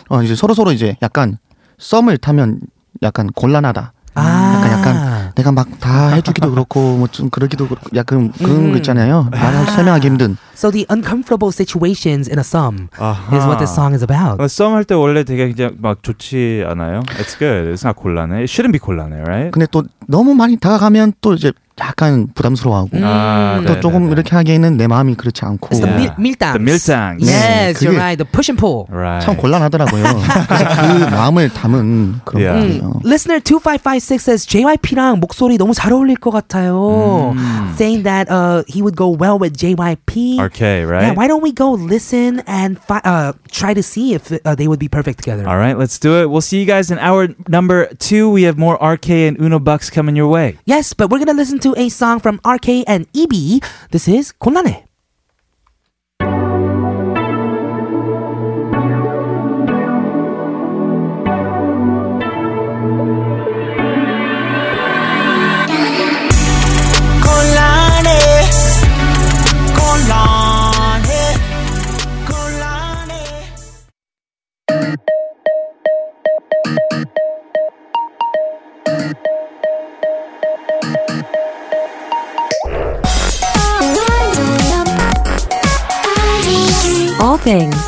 Speaker 6: 어, 이제 서로 서로 이제 약간 썸을 타면 약간 곤란하다.
Speaker 2: 아.
Speaker 6: 약간 약간 내가 막 다 해주기도 그렇고 뭐 좀 그러기도 그렇고 약간 그런
Speaker 2: 음.
Speaker 6: 거 있잖아요. 말을 설명하기 힘든.
Speaker 2: So the uncomfortable situations in a sum is what
Speaker 1: 아.
Speaker 2: this song is about.
Speaker 1: 어, 썸할 때 원래 되게 그냥 막 좋지 않아요? It's good. It's not 곤란해. It shouldn't be 곤란해, right?
Speaker 6: 근데 또 너무 많이 다가가면 또 이제 약간 부담스러워하고
Speaker 2: 그, 음,
Speaker 1: 아,
Speaker 6: 또
Speaker 1: 네,
Speaker 6: 조금
Speaker 1: 네, 네.
Speaker 6: 이렇게 하기에는 내 마음이 그렇지 않고
Speaker 2: It's the
Speaker 1: Yeah.
Speaker 2: mil- miltangs.
Speaker 1: The miltangs.
Speaker 2: Yes, you're
Speaker 6: 네, 그게-
Speaker 2: right. The push and pull.
Speaker 1: Right.
Speaker 6: 참 곤란하더라고요. 그래서 그 마음을 담은 그런
Speaker 1: Yeah.
Speaker 6: 곡이에요.
Speaker 2: 음, listener 2556 says JYP랑 목소리 너무 잘 어울릴 것 같아요. Saying that uh, he would go well with JYP.
Speaker 1: RK, right?
Speaker 2: Yeah, why don't we go listen and fi- uh, try to see if uh, they would be perfect together?
Speaker 1: All right, let's do it. We'll see you guys in hour number two. We have more RK and Uno Bucks coming your way.
Speaker 2: Yes, but we're gonna listen to a song from RK and EB. This is 곤란해.
Speaker 3: 곤란해
Speaker 7: things.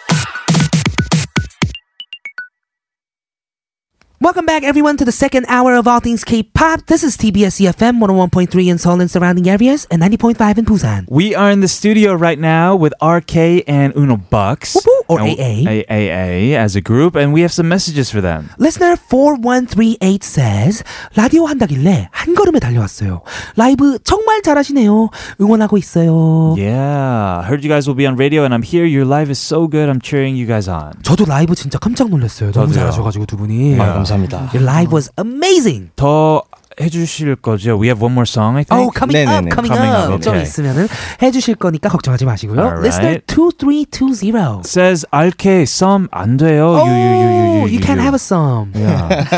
Speaker 2: Welcome back, everyone, to the second hour of All Things K-pop. This is TBS EFM 101.3 in Seoul and surrounding areas, and 90.5 in Busan.
Speaker 1: We are in the studio right now with RK and Uno Bucks.
Speaker 2: Woo-hoo, or
Speaker 1: And-
Speaker 2: AA.
Speaker 1: AAA as a group, and we have some messages for them.
Speaker 2: Listener 4138 says 라디오 한다길래 한 걸음에 달려왔어요. 라이브 정말 잘하시네요. 응원하고 있어요.
Speaker 1: 예. Yeah. Heard you guys will be on radio, and I'm here. Your live is so good. I'm cheering you guys on.
Speaker 2: 저도 라이브 진짜 깜짝 놀랐어요. 너무
Speaker 1: 저도요.
Speaker 2: 잘하셔가지고 두 분이. 예.
Speaker 5: 아, 감사합니다.
Speaker 2: Your live was amazing.
Speaker 1: 더 해주실 거죠? We have one more song, I think.
Speaker 2: Oh, coming up,
Speaker 5: 네네네.
Speaker 2: coming,
Speaker 1: Coming
Speaker 2: up.
Speaker 1: up,
Speaker 2: 좀
Speaker 1: okay.
Speaker 2: 있으면은 해주실 거니까 걱정하지 마시고요.
Speaker 1: Alright.
Speaker 2: Listener 2320.
Speaker 1: Says RK 썸 안 돼요.
Speaker 2: Oh,
Speaker 1: You, you, you, you, you,
Speaker 2: you can have a some.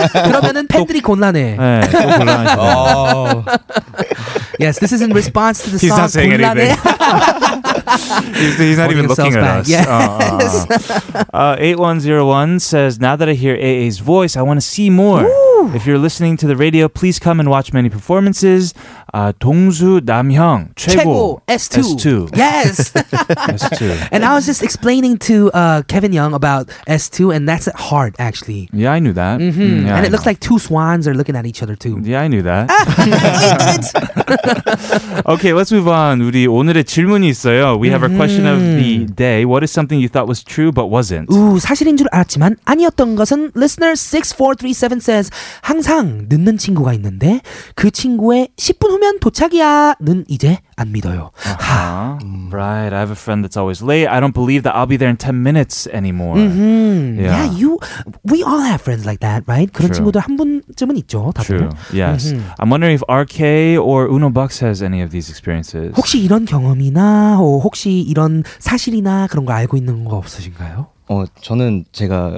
Speaker 2: 그러면은 팬들이 곤란해.
Speaker 1: 네, 또
Speaker 2: Oh.
Speaker 1: 곤란하시네요.
Speaker 2: Yes, this is in response to the
Speaker 1: He's
Speaker 2: song
Speaker 1: not saying anything.
Speaker 2: 곤란해.
Speaker 1: he's, he's not even
Speaker 2: Holding
Speaker 1: looking at
Speaker 2: himself
Speaker 1: us. Uh, uh, uh. Uh, 8101 says, Now that I hear AA's voice, I want to see more. If you're listening to the radio, please come and watch many performances. Uh, 동수 남형 최고,
Speaker 2: 최고 S2.
Speaker 1: S2.
Speaker 2: Yes.
Speaker 1: S2.
Speaker 2: And I was just explaining to uh, Kevin Young about S2, and that's hard, actually.
Speaker 1: Yeah, I knew that.
Speaker 2: hmm
Speaker 1: Mm, yeah, I
Speaker 2: and it looks
Speaker 1: know.
Speaker 2: like two swans are looking at each other, too.
Speaker 1: Yeah, I knew that. okay, let's move on. 우리 오늘의 질문이 있어요. We have our question of the
Speaker 2: Mm-hmm.
Speaker 1: day. What is something you thought was true but wasn't?
Speaker 2: 우, 사실인 줄 알았지만 아니었던 것은 listener 6437 says 항상 늦는 친구가 있는데 그 친구의 10분 후면 도착이야는 이제 안 믿어요. 하.
Speaker 1: Huh? Ah, Right. I have a friend that's always late. I don't believe that I'll be there in 10 minutes anymore.
Speaker 2: Mm-hmm. 음, yeah.
Speaker 1: Yeah.
Speaker 2: you we all have friends like that, right? 그런
Speaker 1: True.
Speaker 2: 친구들 한 분쯤은 있죠,
Speaker 1: True.
Speaker 2: 다들.
Speaker 1: Yes.
Speaker 2: Mm-hmm.
Speaker 1: I'm wondering if RK or Uno Bucks has any of these experiences.
Speaker 2: 혹시 이런 경험이나 어, 혹시 이런 사실이나 그런 거 알고 있는 거 없으신가요?
Speaker 5: 어 저는 제가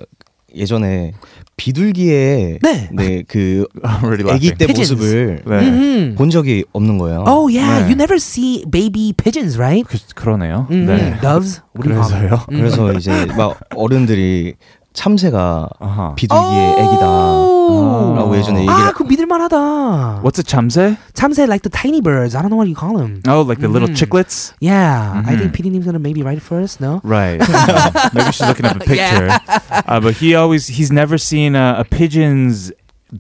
Speaker 5: 예전에 비둘기에
Speaker 2: 네.
Speaker 5: 네그
Speaker 1: I'm already
Speaker 5: 아기 때
Speaker 2: Pigeons.
Speaker 5: 모습을
Speaker 1: 네.
Speaker 2: 음.
Speaker 5: 본 적이 없는 거예요.
Speaker 2: Oh yeah, you never see baby pigeons, right?
Speaker 1: 그, 그러네요.
Speaker 2: 음,
Speaker 1: 네.
Speaker 2: Doves. 우리
Speaker 1: 그래서요?
Speaker 2: 음.
Speaker 5: 그래서 이제 막 어른들이 참새가
Speaker 1: 아하.
Speaker 5: 비둘기의
Speaker 2: 어.
Speaker 5: 애기다라고
Speaker 2: Oh.
Speaker 5: 예전에 얘기를
Speaker 2: 아, 그 믿을만하다.
Speaker 1: Oh. What's a chamse?
Speaker 2: 참새 like the tiny birds. I don't know what you call them.
Speaker 1: Oh, like the little
Speaker 2: Mhm.
Speaker 1: chicklets?
Speaker 2: Yeah, I think PD님's gonna maybe write it for us. No.
Speaker 1: Right. Yeah. Maybe she's looking up a picture. Uh, but he always, he's never seen a, a pigeon's,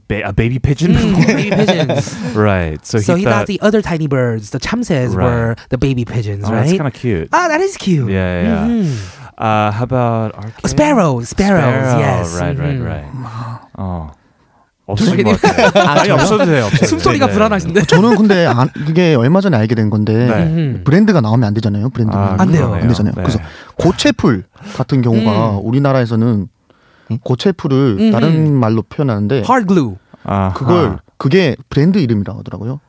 Speaker 1: ba- a baby pigeon before.
Speaker 2: Mm, baby pigeons.
Speaker 1: Right. So,
Speaker 2: So he thought the other tiny birds, the chamses,
Speaker 1: Right.
Speaker 2: were the baby pigeons,
Speaker 1: oh,
Speaker 2: right?
Speaker 1: That's kind of cute.
Speaker 2: Ah, Mm-hmm. that is cute.
Speaker 1: Yeah, yeah. Uh, how about RK?
Speaker 2: A sparrow, sparrows, yes.
Speaker 1: Right, right,
Speaker 2: Mhm.
Speaker 1: right. 어. 없으신 것 같아요. 아니, 없어도 돼요. 없어도 돼요.
Speaker 2: 숨소리가
Speaker 1: 네, 네.
Speaker 2: 불안하신데.
Speaker 6: 저는 근데 안, 그게 얼마 전에 알게 된 건데
Speaker 1: 네.
Speaker 2: 음.
Speaker 6: 브랜드가 나오면 안 되잖아요. 브랜드가
Speaker 1: 아,
Speaker 2: 안 돼요.
Speaker 1: 그러네요.
Speaker 6: 안 되잖아요.
Speaker 1: 네. 음.
Speaker 6: 그래서 고체풀 같은 경우가 우리나라에서는 고체풀을
Speaker 2: 음.
Speaker 6: 다른 말로 표현하는데
Speaker 2: Hard glue.
Speaker 1: 아하.
Speaker 6: 그걸 그게 브랜드 이름이라고 하더라고요.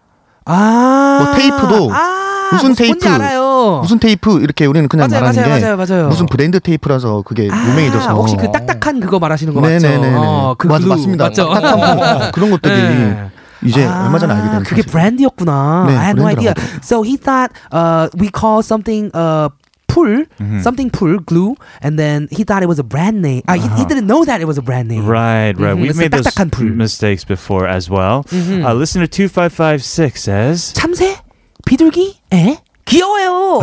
Speaker 2: 아.
Speaker 6: 뭐 테이프도
Speaker 2: 아,
Speaker 6: 무슨
Speaker 2: 뭔지
Speaker 6: 테이프,
Speaker 2: 알아요.
Speaker 6: 무슨 테이프 이렇게 우리는 그냥
Speaker 2: 어. 맞아요,
Speaker 6: 말하는
Speaker 2: 맞아요,
Speaker 6: 게
Speaker 2: 맞아요, 맞아요.
Speaker 6: 무슨 브랜드 테이프라서 그게
Speaker 2: 아,
Speaker 6: 유명해져서 어.
Speaker 2: 혹시 그 딱딱한 그거 말하시는 거 맞죠?
Speaker 6: 네네네네.
Speaker 2: 어, 그
Speaker 6: 맞,
Speaker 2: glue.
Speaker 6: 맞습니다.
Speaker 2: 맞죠?
Speaker 6: 딱딱한 거. 그런 것들이
Speaker 2: 네.
Speaker 6: 이제 얼마 전에 알게 된
Speaker 2: 그게
Speaker 6: 사실.
Speaker 2: 브랜드였구나.
Speaker 6: 네,
Speaker 2: I had no idea.
Speaker 6: 브랜드라고
Speaker 2: So he thought uh, we call something uh, pull,
Speaker 1: 음.
Speaker 6: 음.
Speaker 2: something pull glue, and then he thought it was a brand name. Uh, he, he didn't know that it was a brand name.
Speaker 1: Right, right.
Speaker 2: Mhm,
Speaker 1: We've
Speaker 2: it's
Speaker 1: made
Speaker 2: the
Speaker 1: those
Speaker 2: 딱딱한 불. 음.
Speaker 1: mistakes before as well. Uh,
Speaker 6: 아,
Speaker 1: listener 2556 says,
Speaker 2: 참새? 비둘기? 에? 귀여워요.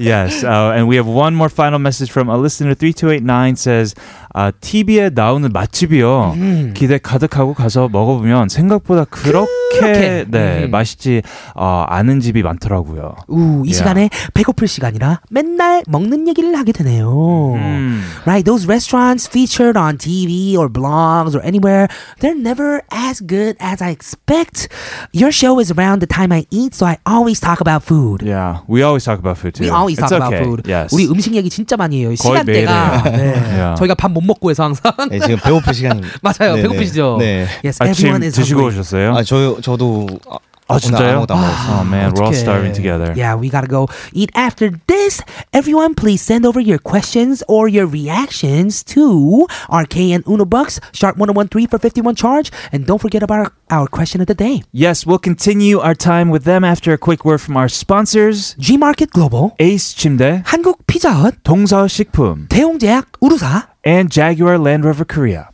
Speaker 1: yes. Uh, and we have one more final message from a listener 3289 says, uh, TV에 나오는 맛집이요.
Speaker 2: 음.
Speaker 1: 기대 가득하고 가서 먹어보면 생각보다 그렇게,
Speaker 2: 그렇게.
Speaker 1: 네,
Speaker 2: 음.
Speaker 1: 맛있지 어, 않은 집이 많더라고요.
Speaker 2: 우, 이
Speaker 1: Yeah.
Speaker 2: 시간에 배고플 시간이라 맨날 먹는 얘기를 하게 되네요.
Speaker 1: 음.
Speaker 2: Right, those restaurants featured on TV or blogs or anywhere, they're never as good as I expect. Your show is around the time I eat, so I always talk about food.
Speaker 1: Yeah, we always talk about food too.
Speaker 2: We always
Speaker 1: It's
Speaker 2: talk about
Speaker 1: okay.
Speaker 2: food.
Speaker 1: Yes.
Speaker 2: 우리 음식 얘기 진짜 많이 해요.
Speaker 1: 거의 매일
Speaker 2: 시간대가
Speaker 1: 해요. 아.
Speaker 2: 네.
Speaker 1: Yeah.
Speaker 2: 저희가 밥 못 먹고 해서 항상
Speaker 5: 네, 지금 배고플 시간입니다.
Speaker 2: 맞아요.
Speaker 5: 네네.
Speaker 2: 배고프시죠?
Speaker 5: 네.
Speaker 2: Yes,
Speaker 1: 아침
Speaker 2: everyone is
Speaker 1: 드시고
Speaker 2: hungry.
Speaker 1: 오셨어요?
Speaker 5: 아, 저 저도 아,
Speaker 1: 아
Speaker 5: 오늘
Speaker 1: 진짜요?
Speaker 5: 아무것도 안 먹었어.
Speaker 1: Oh man, we're all
Speaker 2: 어떡해.
Speaker 1: starving together.
Speaker 2: Yeah, we gotta go eat after this. Everyone, please send over your questions or your reactions to RK and Uno Bucks, Sharp 1013 for 51 charge. And don't forget about our, our question of the day.
Speaker 1: Yes, we'll continue our time with them after a quick word from our sponsors.
Speaker 2: G Market Global,
Speaker 1: Ace 침대,
Speaker 2: 한국 피자헛,
Speaker 1: 동서 식품,
Speaker 2: 대웅제약, 우루사.
Speaker 1: and Jaguar Land Rover Korea.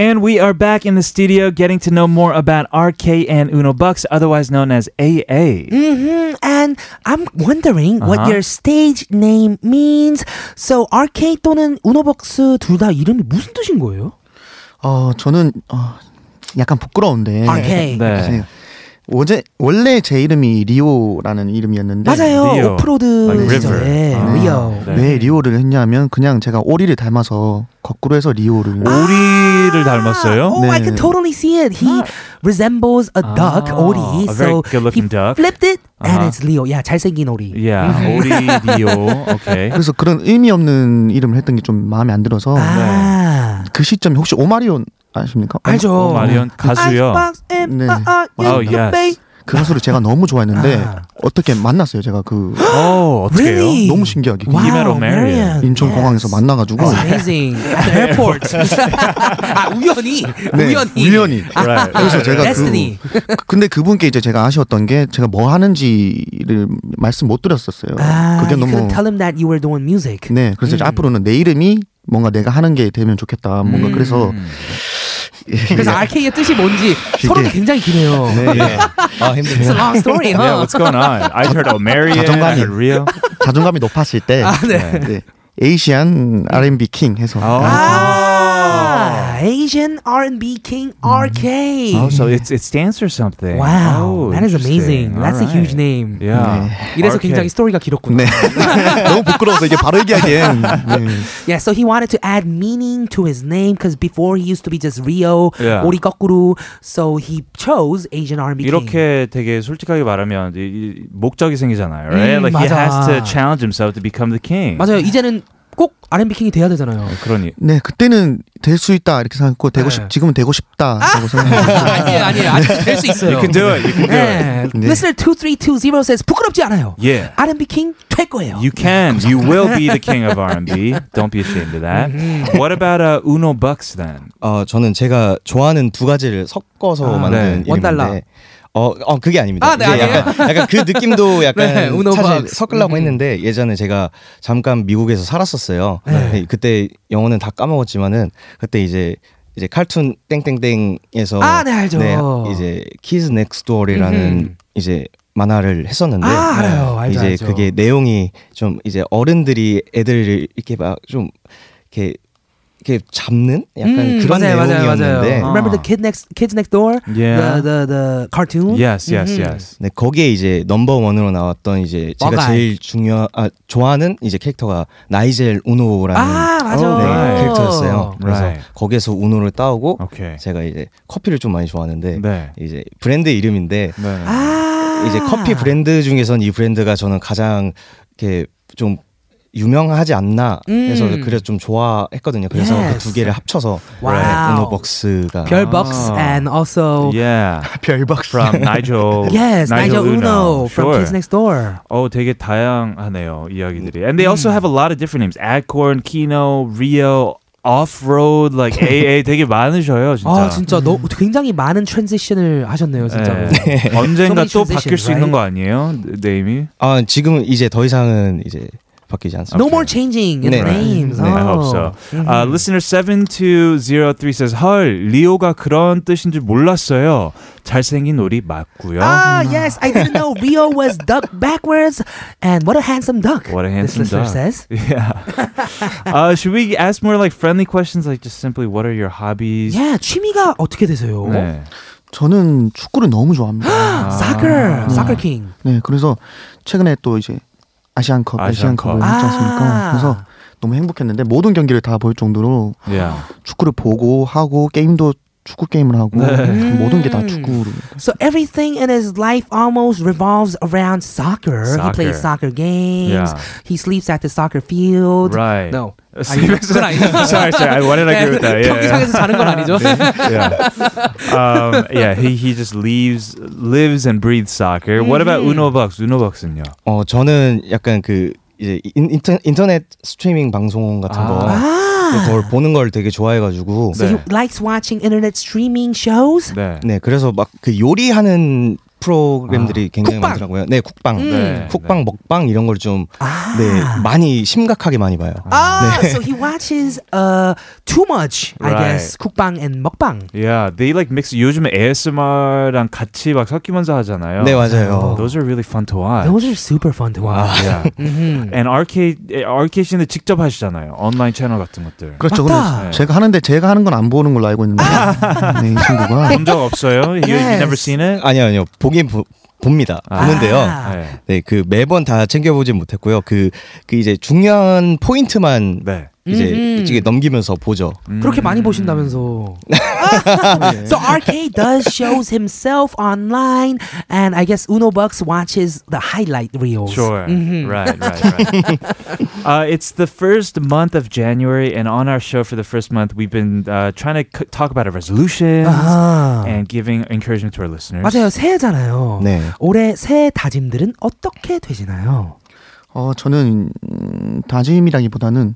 Speaker 1: And we are back in the studio getting to know more about RK and Uno Bucks, otherwise known as AA.
Speaker 2: hmm And I'm wondering what
Speaker 1: Uh-huh.
Speaker 2: your stage name means. So RK 또는 우노벅스 둘 다 이름이 무슨 뜻인 거예요?
Speaker 6: 어 저는 어, 약간 부끄러운데.
Speaker 2: RK.
Speaker 1: 네.
Speaker 6: 어제 원래 제 이름이 리오라는 이름이었는데
Speaker 2: 네, 맞아요.
Speaker 1: Leo.
Speaker 2: 오프로드
Speaker 1: Like river.
Speaker 2: 시절에
Speaker 1: 아.
Speaker 2: 리오.
Speaker 1: 네.
Speaker 6: 왜 리오를 했냐면 그냥 제가 오리를 닮아서 거꾸로 해서 리오를
Speaker 2: 아.
Speaker 1: 오리를 닮았어요?
Speaker 2: Oh, I
Speaker 6: 네.
Speaker 2: can totally see it. He resembles a duck,
Speaker 1: 아,
Speaker 2: Ori.
Speaker 1: a very
Speaker 2: So he
Speaker 1: good-looking duck. 예,
Speaker 2: flipped it, and
Speaker 1: Uh-huh.
Speaker 2: it's Leo. Yeah, 잘생긴 오리.
Speaker 1: Yeah, 오리 디오. Okay.
Speaker 6: 그래서 그런 의미 없는 이름을 했던 게 좀 마음에 안 들어서
Speaker 2: 아,
Speaker 6: 그 시점에 혹시 오마리온 아십니까?
Speaker 2: 알죠.
Speaker 1: 네.
Speaker 6: 그
Speaker 1: 마리온 가수요.
Speaker 2: 아이스박스 앤
Speaker 6: 네.
Speaker 2: 바아,
Speaker 1: Wow,
Speaker 2: 연두
Speaker 1: yes.
Speaker 2: 베이.
Speaker 6: 그 가수를 제가 너무 좋아했는데
Speaker 2: 아.
Speaker 6: 어떻게 만났어요 제가
Speaker 1: 오,
Speaker 6: 그
Speaker 2: Oh,
Speaker 1: 어떻게요?
Speaker 2: Really?
Speaker 6: 너무 신기하게
Speaker 1: 와.
Speaker 2: Wow,
Speaker 1: 이메로
Speaker 2: Marion.
Speaker 6: 인천공항에서
Speaker 2: Yes.
Speaker 6: 만나가지고
Speaker 2: That's amazing.
Speaker 1: 네.
Speaker 2: At the airport. 아 우연히.
Speaker 6: 네,
Speaker 2: 우연히. 아.
Speaker 6: 우연히.
Speaker 1: Right.
Speaker 6: 그래서 제가 그,
Speaker 2: Destiny.
Speaker 6: 근데 그분께 이제 제가 아쉬웠던 게 제가 뭐 하는지를 말씀 못 드렸었어요.
Speaker 2: 아, 음.
Speaker 6: 그게
Speaker 2: you
Speaker 6: 너무
Speaker 2: couldn't tell him that you were doing music.
Speaker 6: 네 그래서 이제 앞으로는 내 이름이 뭔가 내가 하는 게 되면 좋겠다.
Speaker 2: 음.
Speaker 6: 뭔가 그래서
Speaker 2: 그래서 RK의 뜻이 뭔지 서로도 굉장히 기네요.
Speaker 5: 아
Speaker 2: It's
Speaker 5: 힘드네요.
Speaker 2: a long story, huh?
Speaker 1: Yeah, what's going on? I heard Omarion, I
Speaker 6: 자존감이.
Speaker 1: heard Rio.
Speaker 6: 자존감이 높았을 때
Speaker 2: 네.
Speaker 6: 네, 에이시안 R&B 킹 해서
Speaker 2: 아, Asian R&B King RK.
Speaker 1: Oh, so it's, it stands for something.
Speaker 2: Wow,
Speaker 1: Oh,
Speaker 2: that is amazing.
Speaker 1: interesting.
Speaker 2: That's a
Speaker 1: Alright.
Speaker 2: huge name.
Speaker 1: Yeah.
Speaker 2: 이래서
Speaker 1: RK.
Speaker 2: 굉장히 스토리가 길었구나.
Speaker 6: 네. 너무 부끄러워서 이게 바로 얘기하기엔 네.
Speaker 2: Yeah, so he wanted to add meaning to his name because before he used to be just Rio,
Speaker 1: Yeah.
Speaker 2: 오리 거꾸로. So he chose Asian R&B King.
Speaker 1: 이렇게 되게 솔직하게 말하면 이, 이 목적이 생기잖아요, right?
Speaker 2: 음,
Speaker 1: like he
Speaker 2: 맞아.
Speaker 1: has to challenge himself to become the king.
Speaker 2: 맞아요. 이제는 꼭 R&B 킹이 돼야 되잖아요.
Speaker 1: 그러니
Speaker 6: 네, 그때는 될 수 있다 이렇게 생각했고 되고
Speaker 2: 네. 아.
Speaker 6: 싶 지금은 되고 싶다라고 생각했어요.
Speaker 2: 아니에요, 아니에요. 아직 될수 있어요.
Speaker 1: you can do it. You can do it.
Speaker 2: 네. Listener 2320 says 부끄럽지 않아요.
Speaker 1: Yeah.
Speaker 2: R&B king 될 거예요.
Speaker 1: You can. You will be the king of R&B. Don't be ashamed of that. What about uh, Uno Bucks then?
Speaker 5: 어 저는 제가 좋아하는 두 가지를 섞어서
Speaker 2: 아,
Speaker 1: 네.
Speaker 5: 만든
Speaker 2: 원 달러.
Speaker 5: 이름인데 어, 어 그게 아닙니다.
Speaker 2: 아, 네,
Speaker 5: 이게
Speaker 2: 아니에요?
Speaker 5: 약간, 약간 그 느낌도 약간
Speaker 2: 네, 우노
Speaker 5: 사실
Speaker 2: 박스.
Speaker 5: 섞으려고
Speaker 2: 음.
Speaker 5: 했는데 예전에 제가 잠깐 미국에서 살았었어요.
Speaker 2: 네.
Speaker 5: 네, 그때 영어는 다 까먹었지만은 그때 이제 이제 칼툰 땡땡땡에서
Speaker 2: 아, 네, 알죠.
Speaker 5: 이제 키즈 넥스 도어리라는
Speaker 2: 음흠.
Speaker 5: 이제 만화를 했었는데 네,
Speaker 2: 아, 알아요. 알죠,
Speaker 5: 이제
Speaker 2: 알죠.
Speaker 5: 그게 내용이 좀 이제 어른들이 애들을 이렇게 막 좀 이렇게 이렇게 잡는 약간
Speaker 2: 음,
Speaker 5: 그런
Speaker 2: 맞아요, 맞아요, 어.
Speaker 5: 내용이었는데
Speaker 1: 맞아요.
Speaker 2: Remember the kid next kids next door?
Speaker 1: Yeah.
Speaker 2: The the the cartoon?
Speaker 1: Yes, yes,
Speaker 2: Mhm.
Speaker 1: yes.
Speaker 5: 네, 거기에 이제 넘버 원으로 나왔던 이제 제가
Speaker 2: 와가이.
Speaker 5: 제일 중요 아, 좋아하는 이제 캐릭터가 나이젤 우노라는
Speaker 2: 아, 맞아.
Speaker 1: 어, 네,
Speaker 5: 캐릭터였어요. 그래서
Speaker 1: Right.
Speaker 5: 거기에서 우노를 따오고
Speaker 1: Okay.
Speaker 5: 제가 이제 커피를 좀 많이 좋아하는데
Speaker 1: 네.
Speaker 5: 이제 브랜드 이름인데
Speaker 1: 네.
Speaker 2: 아.
Speaker 5: 이제 커피 브랜드 중에선 이 브랜드가 저는 가장 이렇게 좀 유명하지 않나 해서
Speaker 2: 음.
Speaker 5: 그래서 좀 좋아했거든요. 그래서 그
Speaker 2: Yes.
Speaker 5: 두 개를 합쳐서 네,
Speaker 2: 와우.
Speaker 5: 우노벅스가
Speaker 2: 별벅스
Speaker 1: 아.
Speaker 2: and also
Speaker 1: Yeah.
Speaker 6: 별박
Speaker 1: From Nigel.
Speaker 2: yes, Nigel Uno,
Speaker 1: Sure.
Speaker 2: from Kids Next Door.
Speaker 1: 어, 되게 다양하네요 이야기들이. And they also have a lot of different names. Acorn, Kino, Rio, Off-road, like AA 되게 많으셔요 진짜.
Speaker 2: 아, 진짜 너 굉장히 많은 트랜지션을 하셨네요, 진짜.
Speaker 1: 네. 언젠가 또
Speaker 2: So
Speaker 1: 바뀔 수
Speaker 2: many transitions,
Speaker 1: 있는 거 아니에요, 네임이?
Speaker 5: 아 지금은 이제 더 이상은 이제 바뀌지 않습니다.
Speaker 2: No more changing in
Speaker 5: 네, 네.
Speaker 2: names.
Speaker 5: 네,
Speaker 2: 어.
Speaker 1: I hope so.
Speaker 2: Mhm.
Speaker 1: Uh, listener 7203 says, 헐, 리오가 그런 뜻인 줄 몰랐어요. 잘생긴 우리 맞고요.
Speaker 2: Ah, yes, I didn't know Rio was duck backwards. And what a handsome duck.
Speaker 1: What a handsome
Speaker 2: this listener
Speaker 1: duck.
Speaker 2: says.
Speaker 1: Yeah. uh, should we ask more like friendly questions, like just simply what are your hobbies?
Speaker 2: Yeah, 취미가 어떻게 되세요?
Speaker 1: 네.
Speaker 6: 저는 축구를 너무 좋아합니다.
Speaker 2: Soccer, soccer king.
Speaker 6: 네, 그래서 최근에 또 이제
Speaker 1: 아시안컵.
Speaker 6: 아시안컵, 아시안컵을 했지 않습니까?
Speaker 2: 아.
Speaker 6: 그래서 너무 행복했는데 모든 경기를 다 볼 정도로
Speaker 1: Yeah.
Speaker 6: 축구를 보고 하고 게임도 축구 게임을 하고
Speaker 5: 네.
Speaker 6: 그
Speaker 2: 음.
Speaker 6: 모든 게 다 축구로.
Speaker 2: So everything in his life almost revolves around soccer. He
Speaker 1: Soccer.
Speaker 2: plays soccer games.
Speaker 1: Yeah.
Speaker 2: He sleeps at the soccer field.
Speaker 1: Right.
Speaker 2: 뭐 No.
Speaker 1: Sleeping-
Speaker 2: 그건 네, 아니죠.
Speaker 1: sorry, sorry. I wanted to agree with that. Yeah, yeah.
Speaker 2: 경기장에서 자는 건 아니죠.
Speaker 1: yeah. Um, yeah, he, he just leaves, lives and breathes soccer. What about
Speaker 2: Mm-hmm.
Speaker 1: Uno Bucks? Uno Bucks은요?
Speaker 5: 어 저는 약간 그 이제 인, 인터, 인터넷 스트리밍 방송 같은 거
Speaker 2: 아.
Speaker 5: 그걸 보는 걸 되게 좋아해가지고
Speaker 2: So
Speaker 1: 네.
Speaker 2: he likes watching internet streaming shows.
Speaker 1: 네.
Speaker 5: 네 그래서 막 그 요리하는 프로그램들이 굉장히
Speaker 2: 아. 국방!
Speaker 5: 많더라고요. 네 국방,
Speaker 1: 네,
Speaker 5: 국방,
Speaker 1: 네.
Speaker 5: 먹방 이런 걸 좀
Speaker 2: 음. 아.
Speaker 5: 네, 많이 심각하게 많이 봐요.
Speaker 1: 아.
Speaker 2: Ah, so he watches uh too much, I
Speaker 1: Right.
Speaker 2: guess. Kukbang and mukbang.
Speaker 1: Yeah, they like mix 요즘 ASMR랑 같이 막 섞이면서 하잖아요.
Speaker 5: 네 맞아요.
Speaker 1: Those are really fun to watch. 아.
Speaker 2: Those are super fun to watch.
Speaker 1: yeah.
Speaker 2: Mm-hmm.
Speaker 1: And arcade arcade 씨는 직접 하시잖아요. 온라인 채널 같은 것들.
Speaker 6: 그렇죠.
Speaker 2: 맞다. 아.
Speaker 5: 네.
Speaker 6: 근데 제가 하는데 제가 하는 건 안 보는 걸로 알고 있는데 네, 이 친구가
Speaker 1: 본 적 없어요? You, you never
Speaker 2: Yes.
Speaker 1: seen it?
Speaker 5: 아니요 아니요 보긴 보, 봅니다.
Speaker 1: 아.
Speaker 5: 보는데요.
Speaker 2: 아.
Speaker 1: 네.
Speaker 5: 네 그 매번 다 챙겨보진 못했고요. 그, 그 이제 중요한 포인트만
Speaker 1: 네. 음.
Speaker 5: 이제
Speaker 2: 음흠.
Speaker 5: 이게 넘기면서 보죠.
Speaker 2: 그렇게 많이 보신다면서.
Speaker 1: 네.
Speaker 2: so RK does shows himself online, and I guess Uno Bucks watches the highlight reels. 음.
Speaker 1: Sure.
Speaker 2: Mm-hmm.
Speaker 1: Right, right, right. uh, it's the first month of January, and on our show for the first month, we've been uh, trying to c- talk about our resolutions
Speaker 2: 아.
Speaker 1: and giving encouragement to our listeners.
Speaker 2: Uh-huh. 맞아요. 새해잖아요.
Speaker 5: 네.
Speaker 2: 올해 새해 다짐들은 어떻게 되시나요?
Speaker 6: 어 저는 음, 다짐이라기보다는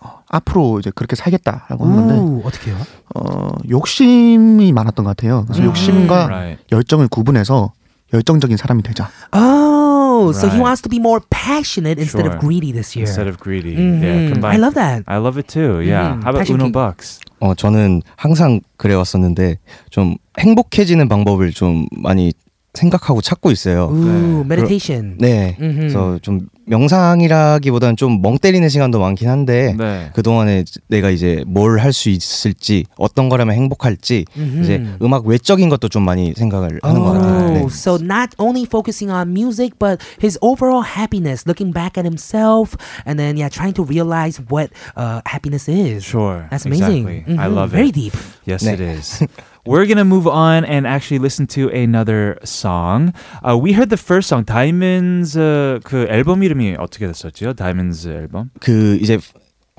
Speaker 6: 어, 앞으로 이제 그렇게 살겠다라고
Speaker 5: 음,
Speaker 6: 하는
Speaker 5: 네.
Speaker 6: 건데
Speaker 2: 오, 어떻게요?
Speaker 6: 어 욕심이 많았던 것 같아요.
Speaker 2: 음.
Speaker 6: 그래서 욕심과
Speaker 5: 음.
Speaker 1: Right.
Speaker 6: 열정을 구분해서 열정적인 사람이 되자.
Speaker 2: Oh, so he
Speaker 1: Right.
Speaker 2: wants to be more passionate instead of
Speaker 1: Sure.
Speaker 2: greedy this year.
Speaker 1: Instead of greedy. Yeah,
Speaker 2: Mhm. I
Speaker 1: combined.
Speaker 2: love that.
Speaker 1: I love it too. Yeah.
Speaker 2: Mhm.
Speaker 1: How about
Speaker 2: Passion
Speaker 1: Uno
Speaker 2: King.
Speaker 1: Bucks?
Speaker 5: 어 저는 항상 그래 왔었는데 좀 행복해지는 방법을 좀 많이 생각하고 찾고 있어요.
Speaker 1: 음.
Speaker 2: Ooh, meditation. Mm-hmm.
Speaker 5: 네.
Speaker 2: 음흠.
Speaker 5: 그래서 좀 명상이라기보다는 좀 멍 때리는 시간도 많긴 한데
Speaker 1: 네.
Speaker 5: 그 동안에 내가 이제 뭘 할 수 있을지 어떤 거라면 행복할지
Speaker 2: 음흠.
Speaker 5: 이제 음악 외적인 것도 좀 많이 생각을 하는 것 같아요. 네.
Speaker 2: Oh, so not only focusing on music, but his overall happiness, looking back at himself, and then yeah, trying to realize what uh, happiness is.
Speaker 1: Sure.
Speaker 2: That's amazing.
Speaker 1: Exactly. I
Speaker 2: Mhm.
Speaker 1: love it.
Speaker 2: Very deep.
Speaker 1: Yes,
Speaker 5: 네.
Speaker 1: it is. We're gonna move on and actually listen to another song. Uh, we heard the first song, Diamonds. Uh, 그 앨범 이름이 어떻게 됐었죠? Diamonds 앨범.
Speaker 5: 그 이제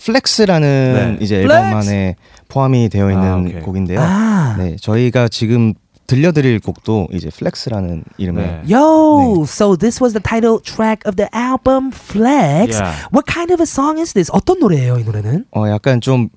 Speaker 5: 플렉스라는
Speaker 1: 네.
Speaker 5: 이제
Speaker 2: 플렉스!
Speaker 5: 앨범 안에 포함이 되어 있는
Speaker 1: 아, 오케이.
Speaker 5: 곡인데요.
Speaker 2: 아.
Speaker 5: 네, 저희가 지금 들려드릴 곡도 이제 플렉스라는 이름의
Speaker 1: 네.
Speaker 2: Yo, so this was the title track of the album Flex.
Speaker 1: Yeah.
Speaker 2: What kind of a song is this? 어떤 노래예요, 이 노래는?
Speaker 5: 어 약간 좀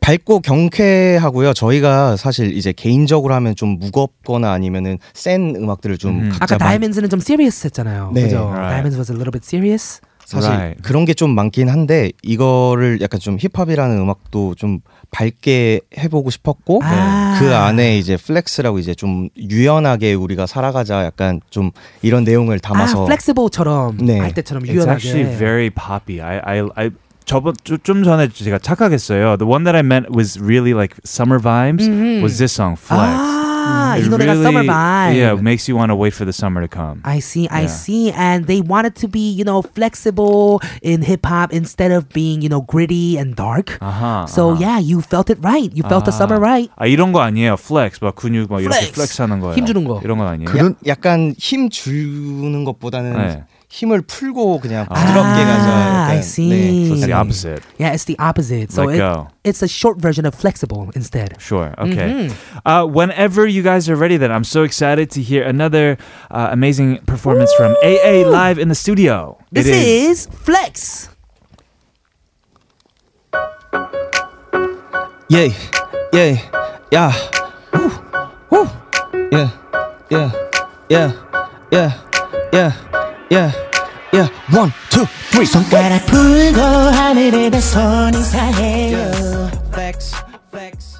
Speaker 5: 밝고 경쾌하고요. 저희가 사실 이제 개인적으로 하면 좀 무겁거나 아니면은 센 음악들을 좀
Speaker 1: 음.
Speaker 5: 각자
Speaker 2: 아까
Speaker 5: 많이-
Speaker 2: 다이아몬드는 좀 serious 했잖아요.
Speaker 5: 네.
Speaker 2: 그죠?
Speaker 1: Right.
Speaker 2: 다이아몬드 was a little bit serious.
Speaker 5: 사실
Speaker 1: Right.
Speaker 5: 그런 게 좀 많긴 한데 이거를 약간 좀 힙합이라는 음악도 좀 밝게 해보고 싶었고
Speaker 2: 아.
Speaker 5: 그 안에 이제 플렉스라고 이제 좀 유연하게 우리가 살아가자 약간 좀 이런 내용을 담아서
Speaker 2: 아, flexible처럼
Speaker 5: 네.
Speaker 2: 할 때처럼
Speaker 1: It's actually
Speaker 2: 유연하게.
Speaker 1: very poppy. I, I, I 저번 좀- 좀 전에 제가 착각했어요. The one that I meant was really like summer vibes. Was this song Flex? Mm-hmm. It
Speaker 2: 아, Mm-hmm. Ah, 이 노래가
Speaker 1: really-
Speaker 2: summer vibe.
Speaker 1: Yeah, makes you want to wait for the summer to come.
Speaker 2: I see,
Speaker 1: Yeah.
Speaker 2: I see. And they wanted to be, you know, flexible in hip hop instead of being, you know, gritty and dark.
Speaker 1: 아하.
Speaker 2: So
Speaker 1: 아하.
Speaker 2: yeah, you felt it right. You felt the
Speaker 1: Uh-huh.
Speaker 2: summer right.
Speaker 1: 아 이런 거 아니에요. Flex 막 근육 막 이렇게
Speaker 2: Flex.
Speaker 1: flex 하는 거예요.
Speaker 2: 힘 주는 거.
Speaker 1: 이런 건 아니에요.
Speaker 5: 야- 약간 힘 주는 것보다는
Speaker 1: 네.
Speaker 5: 힘을 풀고 그냥 부드럽게 가자. 약간,
Speaker 2: 아,
Speaker 5: 네,
Speaker 2: I see.
Speaker 1: So it's the opposite.
Speaker 2: Yeah, it's the opposite. So
Speaker 1: Let
Speaker 2: it-
Speaker 1: go.
Speaker 2: it's a short version of flexible instead.
Speaker 1: Sure. Okay.
Speaker 2: Mm-hmm.
Speaker 1: Uh, whenever you guys are ready, then I'm so excited to hear another uh, amazing performance from AA live in the studio.
Speaker 2: This
Speaker 1: It
Speaker 2: is flex.
Speaker 5: 예, 예, 야, 후, 후, 예, 예, 예, 예, 예, 예, 예, 원, 투, 쓰리.
Speaker 1: 네.
Speaker 4: 손가락 풀고 하늘에다 손 인사해요
Speaker 5: 플렉스, 플렉스.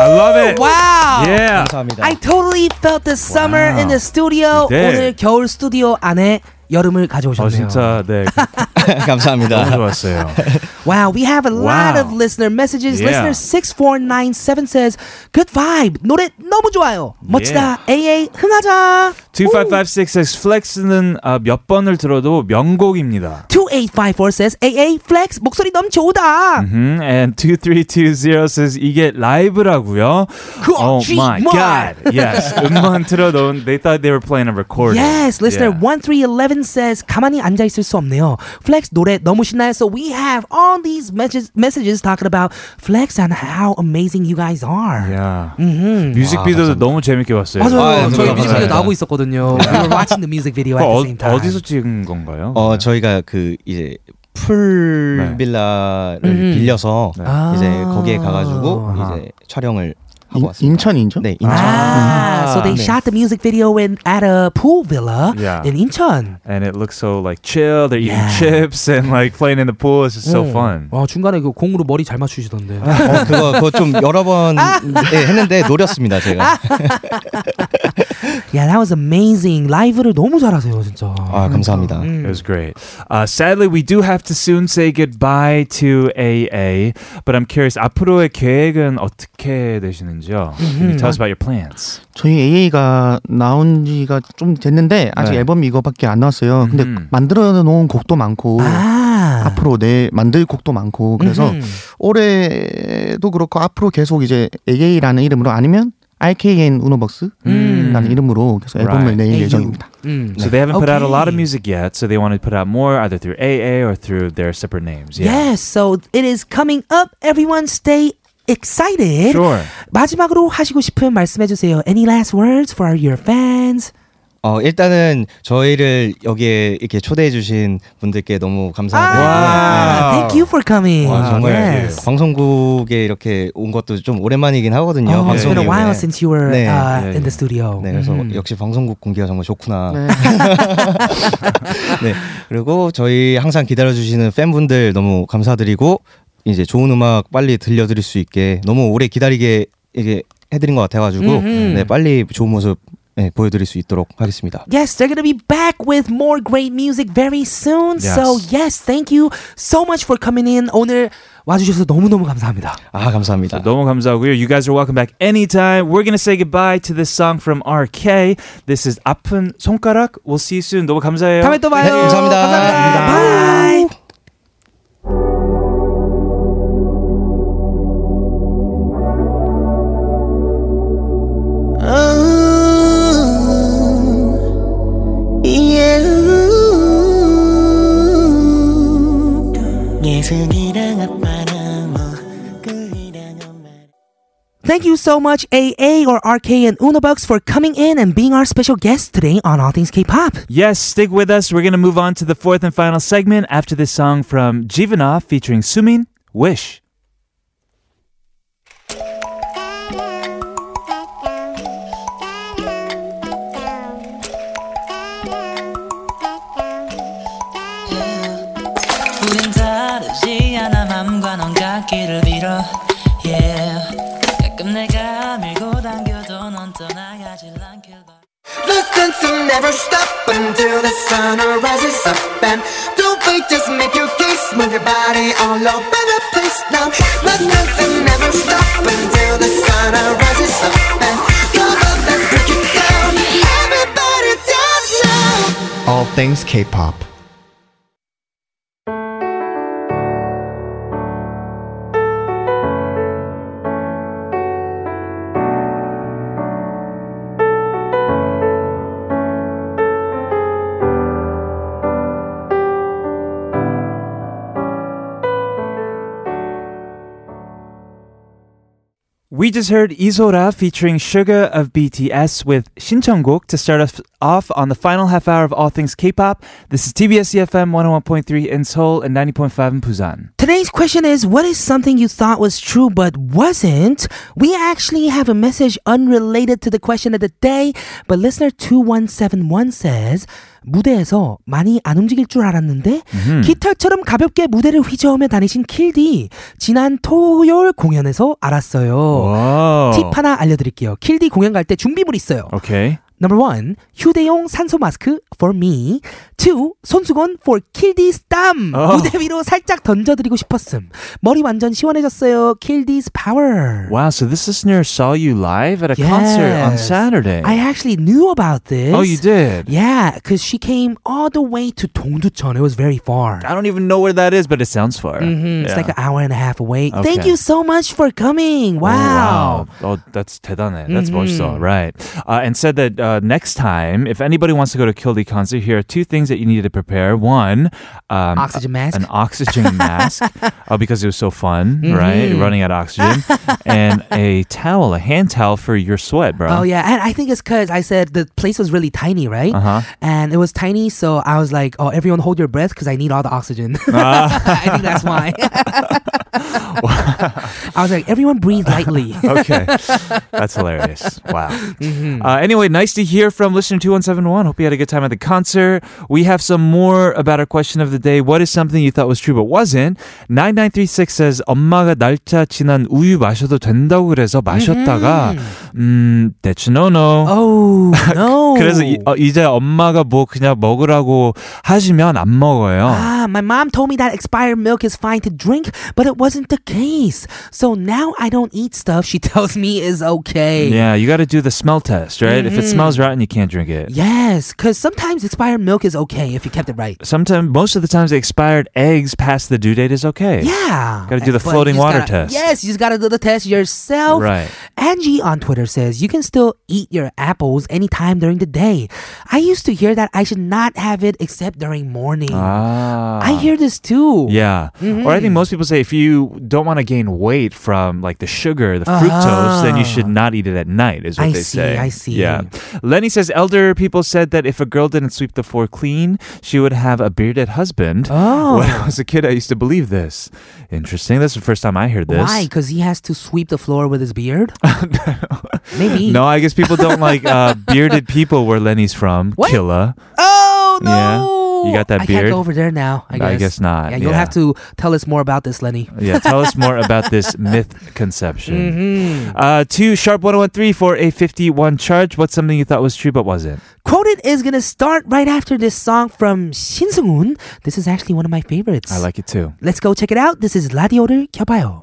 Speaker 1: I love it.
Speaker 2: Wow.
Speaker 1: Yeah.
Speaker 5: 감사합니다.
Speaker 2: I totally felt the summer in the studio.
Speaker 1: You did.
Speaker 2: 오늘 겨울 스튜디오 안에 여름을
Speaker 1: 어
Speaker 2: 가져오셨네요.
Speaker 1: 진짜 네 너무
Speaker 5: 감사합니다.
Speaker 1: 좋았어요.
Speaker 2: Wow, we have a lot
Speaker 1: Wow.
Speaker 2: of listener messages.
Speaker 1: Yeah.
Speaker 2: Listener 6497 says, Good vibe. 노래 너무 좋아요. 멋지다. AA 흥하자.
Speaker 1: 25566 플렉스는 아, 몇 번을 들어도 명곡입니다.
Speaker 2: 2854 says AA flex 목소리 너무 좋다.
Speaker 1: 음, and 2320 says 이게 라이브라고요.
Speaker 2: 그,
Speaker 1: Oh my
Speaker 2: 거짓말.
Speaker 1: god. Yes. 음반 틀어 놓은 they thought they were playing a recording.
Speaker 2: Yes, listener
Speaker 1: Yeah.
Speaker 2: 1311 says 가만히 앉아 있을 수 없네요. Flex 노래 너무 신나요. So we have all these messages, messages talking about Flex and how amazing you guys are.
Speaker 1: Yeah.
Speaker 2: 음.
Speaker 1: 뮤직비디오도 너무 재밌게 봤어요.
Speaker 2: 맞아요. 저희
Speaker 5: 아, 감사합니다.
Speaker 2: 뮤직비디오
Speaker 5: 감사합니다.
Speaker 2: 나오고 있었거든요. We were watching the music video at the same
Speaker 1: 어,
Speaker 2: time.
Speaker 1: 어디서 찍은 건가요?
Speaker 5: 어 저희가 그 이제 풀
Speaker 1: 네.
Speaker 5: 빌라를
Speaker 2: 음.
Speaker 5: 빌려서
Speaker 1: 네.
Speaker 2: 아.
Speaker 5: 이제 거기에 가가지고 이제 촬영을 하고
Speaker 6: 인,
Speaker 5: 왔습니다.
Speaker 6: 인천이죠?
Speaker 5: 네, 인천.
Speaker 1: 아.
Speaker 2: Ah, so they
Speaker 5: 네.
Speaker 2: shot the music video in at a pool villa
Speaker 1: Yeah.
Speaker 2: in Incheon.
Speaker 1: And it looks so like chill. They're eating
Speaker 2: Yeah.
Speaker 1: chips and like playing in the pool. It's just so
Speaker 2: 음.
Speaker 1: fun.
Speaker 2: 어, 중간에 그 공으로 머리 잘 맞추시던데.
Speaker 5: 어, 그거 그거 좀 여러 번 예, 했는데 노렸습니다 제가.
Speaker 2: yeah, that was amazing. 라이브를 너무 잘하세요, 진짜. 음.
Speaker 5: 아 감사합니다.
Speaker 2: Mm.
Speaker 1: It was great. Uh, sadly, we do have to soon say goodbye to AA. But I'm curious, 앞으로의 계획은 어떻게 되시는지요? Can you
Speaker 2: Mm-hmm.
Speaker 1: tell us about your plans?
Speaker 6: 저희 AA가 나온 지가 좀 됐는데 아직
Speaker 1: 네.
Speaker 6: 앨범이 이거밖에 안 나왔어요. 근데
Speaker 1: 음.
Speaker 6: 만들어 놓은 곡도 많고
Speaker 2: 아.
Speaker 6: 앞으로 내 만들 곡도 많고 그래서
Speaker 2: 음.
Speaker 6: 올해도 그렇고 앞으로 계속 이제 AA라는 이름으로 아니면 RKN 우노벅스라는
Speaker 2: 음.
Speaker 6: 이름으로 계속 앨범을
Speaker 1: Right.
Speaker 6: 낼
Speaker 2: AU.
Speaker 6: 예정입니다.
Speaker 2: 음.
Speaker 1: So they haven't put out a lot of
Speaker 2: Mm. Okay.
Speaker 1: music yet, so they want to put out more either through AA or through their separate names. Yeah.
Speaker 2: Yes, so it is coming up. Everyone stay excited.
Speaker 1: Sure.
Speaker 2: 마지막으로 하시고 싶은 말씀해 주세요. Any last words for your fans?
Speaker 5: 어 일단은 저희를 여기에 이렇게 초대해 주신 분들께 너무 감사드리고
Speaker 1: 와.
Speaker 2: Thank you for coming.
Speaker 5: 아, 와, 정말
Speaker 2: yes.
Speaker 5: 방송국에 이렇게 온 것도 좀 오랜만이긴 하거든요.
Speaker 2: Oh, it's
Speaker 5: 방송
Speaker 2: been a
Speaker 5: 이후에.
Speaker 2: while since you were
Speaker 5: 예. 네.
Speaker 2: uh,
Speaker 1: 네,
Speaker 2: in the
Speaker 1: 네.
Speaker 2: studio.
Speaker 5: 네, 그래서
Speaker 2: 음.
Speaker 5: 역시 방송국 공기가 정말 좋구나.
Speaker 6: 네.
Speaker 5: 네. 그리고 저희 항상 기다려주시는 팬분들 너무 감사드리고 이제 좋은 음악 빨리 들려드릴 수 있게 너무 오래 기다리게 이게 해드린 것 같아가지고
Speaker 2: 음흠.
Speaker 5: 네 빨리 좋은 모습 네, 보여드릴 수 있도록 하겠습니다.
Speaker 2: Yes, they're going to be back with more great music very soon.
Speaker 1: Yes.
Speaker 2: So, yes, thank you so much for coming in. 오늘 와주셔서 너무너무 감사합니다.
Speaker 5: 아 감사합니다.
Speaker 1: 너무 감사하고요. You guys are welcome back anytime. We're gonna say goodbye to this song from RK. This is 아픈 손가락. We'll see you soon. 너무 감사해요.
Speaker 2: 다음에 또 봐요.
Speaker 5: 네, 감사합니다. 네.
Speaker 2: 감사합니다. Bye.
Speaker 4: 예승이랑 아빠랑 뭐 끌이랑 엄마
Speaker 2: Thank you so much, AA or RK and Unabox, for coming in and being our special guests today on All Things K-pop.
Speaker 1: Yes, stick with us. We're gonna move on to the fourth and final segment after this song from Jivana featuring Sumin. Wish.
Speaker 4: 우린 다르지 않아 맘과 넌 같기를 빌어 yeah. 가끔 내가 밀고 당겨도 넌 떠나가질 않길 바라
Speaker 8: The sense will never stop until the sun rises up and don't wait, just make your case, move your body all over the place now. The sense will never stop until the sun rises up and come on, let's break it down. Everybody dance now.
Speaker 9: All things K-pop.
Speaker 1: We just heard Isora featuring Sugar of BTS with 신청곡 to start us off on the final half hour of All Things K-pop. This is TBS EFM 101.3 in Seoul and 90.5 in Busan.
Speaker 2: Today's question is What is something you thought was true but wasn't? We actually have a message unrelated to the question of the day, but listener 2171 says, 무대에서 많이 안 움직일 줄 알았는데 깃털처럼 가볍게 무대를 휘저으며 다니신 킬디 지난 토요일 공연에서 알았어요.
Speaker 1: Whoa.
Speaker 2: 팁 하나 알려드릴게요. 킬디 공연 갈 때 준비물 있어요.
Speaker 1: Okay.
Speaker 2: Number one, 휴대용 산소 마스크 for me. Two, 손수건 for 킬디스 땀.
Speaker 1: 어.
Speaker 2: 무대 위로 살짝 던져드리고 싶었음. 머리 완전 시원해졌어요. 킬디스 파워.
Speaker 1: Wow, so this listener saw you live at a concert on
Speaker 2: Yes.
Speaker 1: Saturday.
Speaker 2: I actually knew about this.
Speaker 1: oh, you did?
Speaker 2: Yeah, because she came all the way to Dongducheon. It was very far.
Speaker 1: I don't even know where that is, but it sounds far.
Speaker 2: Mhm,
Speaker 1: Ah, Yeah.
Speaker 2: It's like an hour and a half away.
Speaker 1: Okay.
Speaker 2: Thank you so much for coming.
Speaker 1: Oh, wow.
Speaker 2: Wow.
Speaker 1: Oh, that's 대단해. That's
Speaker 2: Mhm.
Speaker 1: 멋있어. Right. Uh, and said that uh, next time, if anybody wants to go to Kildy concert, here are two things that you need to prepare. One, um,
Speaker 2: Oxygen mask.
Speaker 1: an
Speaker 2: Mm-hmm.
Speaker 1: oxygen mask uh, because it was so fun, right? Running out of oxygen. and a towel, a hand towel for your sweat, bro.
Speaker 2: Oh yeah, and I think it's because I said the place was really tiny, right?
Speaker 1: Uh-huh.
Speaker 2: And it was tiny, so I was like, "Oh, everyone hold your breath, because I need all the oxygen."
Speaker 1: Ah.
Speaker 2: I think that's why. I was like, "Everyone breathe lightly."
Speaker 1: okay. That's hilarious. Wow.
Speaker 2: Mm-hmm. Hmm.
Speaker 1: Uh, anyway, nice to hear from listener 2171. Hope you had a good time at the concert. We have some more about our question of the day. What is something you thought was true but wasn't? 9936 says, 엄마가 날짜 지난 우유 마셔도 된다고 그래서 마셨다가, 음, that's no no.
Speaker 2: oh no!
Speaker 1: 그래서 이, 어, 이제 엄마가 뭐 그냥 먹으라고 하시면 안 먹어요.
Speaker 2: Ah, my mom told me that expired milk is fine to drink, but it wasn't the case. So now I don't eat stuff she tells me is okay.
Speaker 1: Yeah, you got to do the smell test, right? If it smells rotten, you can't drink it.
Speaker 2: Yes, because sometimes expired milk is okay if you kept it right.
Speaker 1: Sometimes, most of the times, expired eggs past the due date is okay.
Speaker 2: Yeah.
Speaker 1: Gotta do the
Speaker 2: But
Speaker 1: floating
Speaker 2: you just
Speaker 1: water
Speaker 2: gotta-
Speaker 1: test.
Speaker 2: Yes, you just gotta do the test yourself.
Speaker 1: Right.
Speaker 2: Angie on Twitter says, you can still eat your apples anytime during the day. I used to hear that I should not have it except during morning.
Speaker 1: Ah.
Speaker 2: I hear this too.
Speaker 1: Yeah. Or
Speaker 2: Mm-hmm.
Speaker 1: I think most people say if you don't want to gain weight from like the sugar, the fructose, then you should not eat it at night, is what
Speaker 2: Uh-huh. I
Speaker 1: they
Speaker 2: see,
Speaker 1: say.
Speaker 2: I see.
Speaker 1: Yeah. Lenny says elder people said that if a girl didn't sweep the floor clean, she would have a bearded husband.
Speaker 2: Oh.
Speaker 1: When I was a kid, I used to believe this. Interesting. That's the first time I heard this.
Speaker 2: Why? Because he has to sweep the floor with his beard? Maybe.
Speaker 1: No, I guess people don't like uh, bearded people where Lenny's from.
Speaker 2: What?
Speaker 1: Killa.
Speaker 2: Oh, no.
Speaker 1: Yeah. You got that
Speaker 2: I can't
Speaker 1: beard?
Speaker 2: go over there now, I guess.
Speaker 1: I guess not,
Speaker 2: Yeah, you'll
Speaker 1: yeah.
Speaker 2: have to tell us more about this, Lenny.
Speaker 1: Yeah, tell us more about this myth
Speaker 2: Mm-hmm.
Speaker 1: conception. Uh, to sharp 1013 for a 51 charge. What's something you thought was true but wasn't?
Speaker 2: Quoted is gonna start right after this song from Shin Seung-un. This is actually one of my favorites.
Speaker 1: I like it too.
Speaker 2: Let's go check it out. This is 라디오를 켜봐요.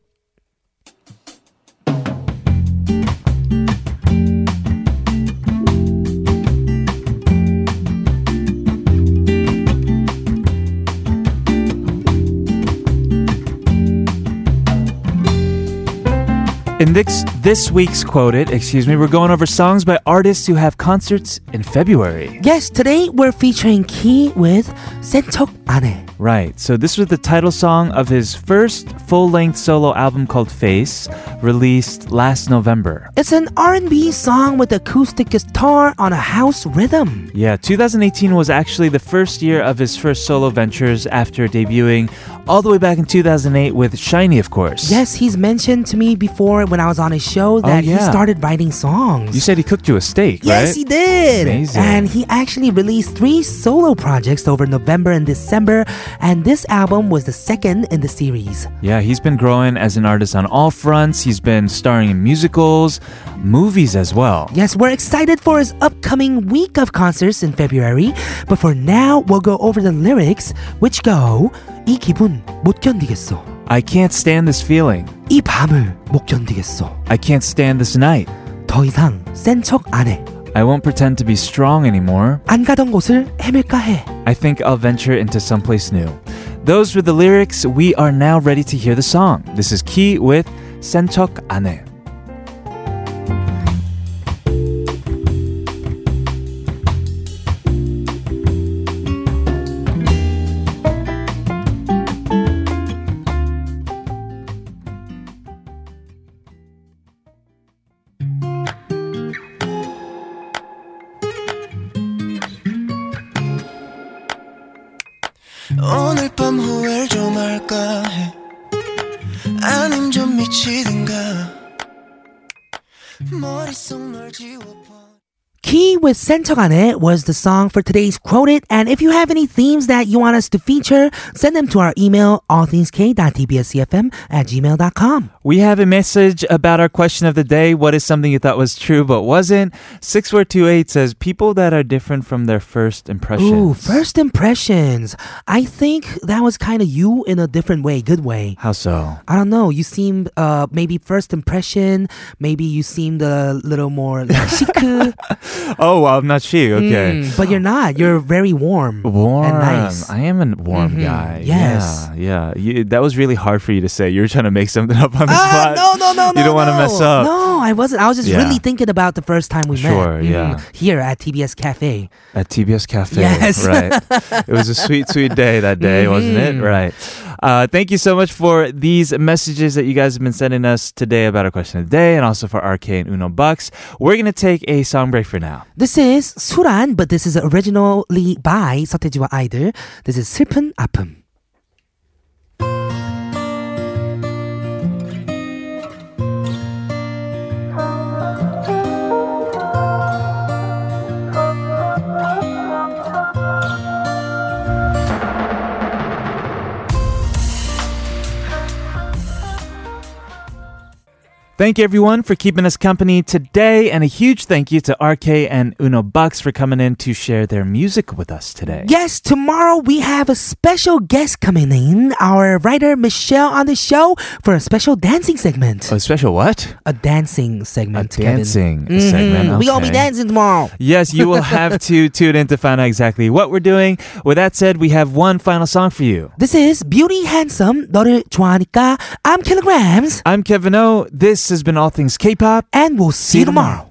Speaker 1: In this, this week's Quoted, excuse me, we're going over songs by artists who have concerts in February.
Speaker 2: Yes, today we're featuring Key with 센척 안해.
Speaker 1: Right. So this was the title song of his first full-length solo album called Face, released last November.
Speaker 2: It's an R&B song with acoustic guitar on a house rhythm.
Speaker 1: Yeah, 2018 was actually the first year of his first solo ventures after debuting all the way back in 2008 with Shiny, of course.
Speaker 2: Yes, he's mentioned to me before when I was on his show that he
Speaker 1: Oh, yeah.
Speaker 2: started writing songs.
Speaker 1: You said he cooked you a steak,
Speaker 2: Yes,
Speaker 1: right?
Speaker 2: he did.
Speaker 1: Amazing.
Speaker 2: And he actually released three solo projects over November and December, and this album was the second in the series.
Speaker 1: yeah, he's been growing as an artist on all fronts. He's been starring in musicals, movies as well.
Speaker 2: Yes, we're excited for his upcoming week of concerts in February, but for now, we'll go over the lyrics, which go: 이 기분 못 견디겠어,
Speaker 1: I can't stand this feeling.
Speaker 2: 이 밤을 못 견디겠어,
Speaker 1: I can't stand this night.
Speaker 2: 더 이상 센척안 해,
Speaker 1: I won't pretend to be strong anymore.
Speaker 2: 안 가던 곳을 헤맬까 해.
Speaker 1: I think I'll venture into someplace new. Those were the lyrics. We are now ready to hear the song. This is Key with 센척 안 해.
Speaker 8: 아님 좀 미치든가 머릿속 널 지워봐
Speaker 2: Key with Sentogane was the song for today's quoted. And if you have any themes that you want us to feature, send them to our email, allthingsk.tbscfm at gmail.com.
Speaker 1: We have a message about our question of the day. What is something you thought was true but wasn't? 6428 says people that are different from their first impression.
Speaker 2: Ooh, first impressions. I think that was kind of you in a different way, good way.
Speaker 1: How so?
Speaker 2: I don't know. You seemed uh, maybe first impression. Maybe you seemed a little more like shiku.
Speaker 1: Oh, well, I'm not she. Okay.
Speaker 2: Mm, but you're not. You're very warm.
Speaker 1: Warm.
Speaker 2: And nice.
Speaker 1: I am a warm
Speaker 2: Mhm.
Speaker 1: guy.
Speaker 2: Yes.
Speaker 1: Yeah. yeah. You, that was really hard for you to say. You were trying to make something up on the
Speaker 2: Ah,
Speaker 1: spot.
Speaker 2: no, no, no, no.
Speaker 1: You don't want to
Speaker 2: no.
Speaker 1: mess up.
Speaker 2: No, I wasn't. I was just
Speaker 1: Yeah.
Speaker 2: really thinking about the first time we
Speaker 1: Sure,
Speaker 2: met. Mm-hmm.
Speaker 1: yeah.
Speaker 2: Here at TBS Cafe.
Speaker 1: At TBS Cafe.
Speaker 2: Yes.
Speaker 1: Right. it was a sweet, sweet day that day, wasn't it?
Speaker 2: Mhm.
Speaker 1: Right. Uh, thank you so much for these messages that you guys have been sending us today about our question of the day and also for RK and Uno Bucks. We're going to take a song break for now.
Speaker 2: This is Suran, but this is originally by 서태지와 아이들. This is 슬픈 아픔.
Speaker 1: Thank you, everyone, for keeping us company today. And a huge thank you to RK and Uno Bucks for coming in to share their music with us today.
Speaker 2: Yes, tomorrow we have a special guest coming in, our writer Michelle on the show for a special dancing segment.
Speaker 1: A Oh, special what?
Speaker 2: A dancing segment. Kevin.
Speaker 1: dancing
Speaker 2: Mhm.
Speaker 1: segment.
Speaker 2: We gonna be
Speaker 1: okay.
Speaker 2: dancing tomorrow.
Speaker 1: Yes, you will have to tune in to find out exactly what we're doing. With that said, we have one final song for you.
Speaker 2: This is Beauty Handsome. 너를 좋아하니까 I'm Kilograms,
Speaker 1: I'm Kevin O. This has been All Things K-pop.
Speaker 2: and we'll see you tomorrow.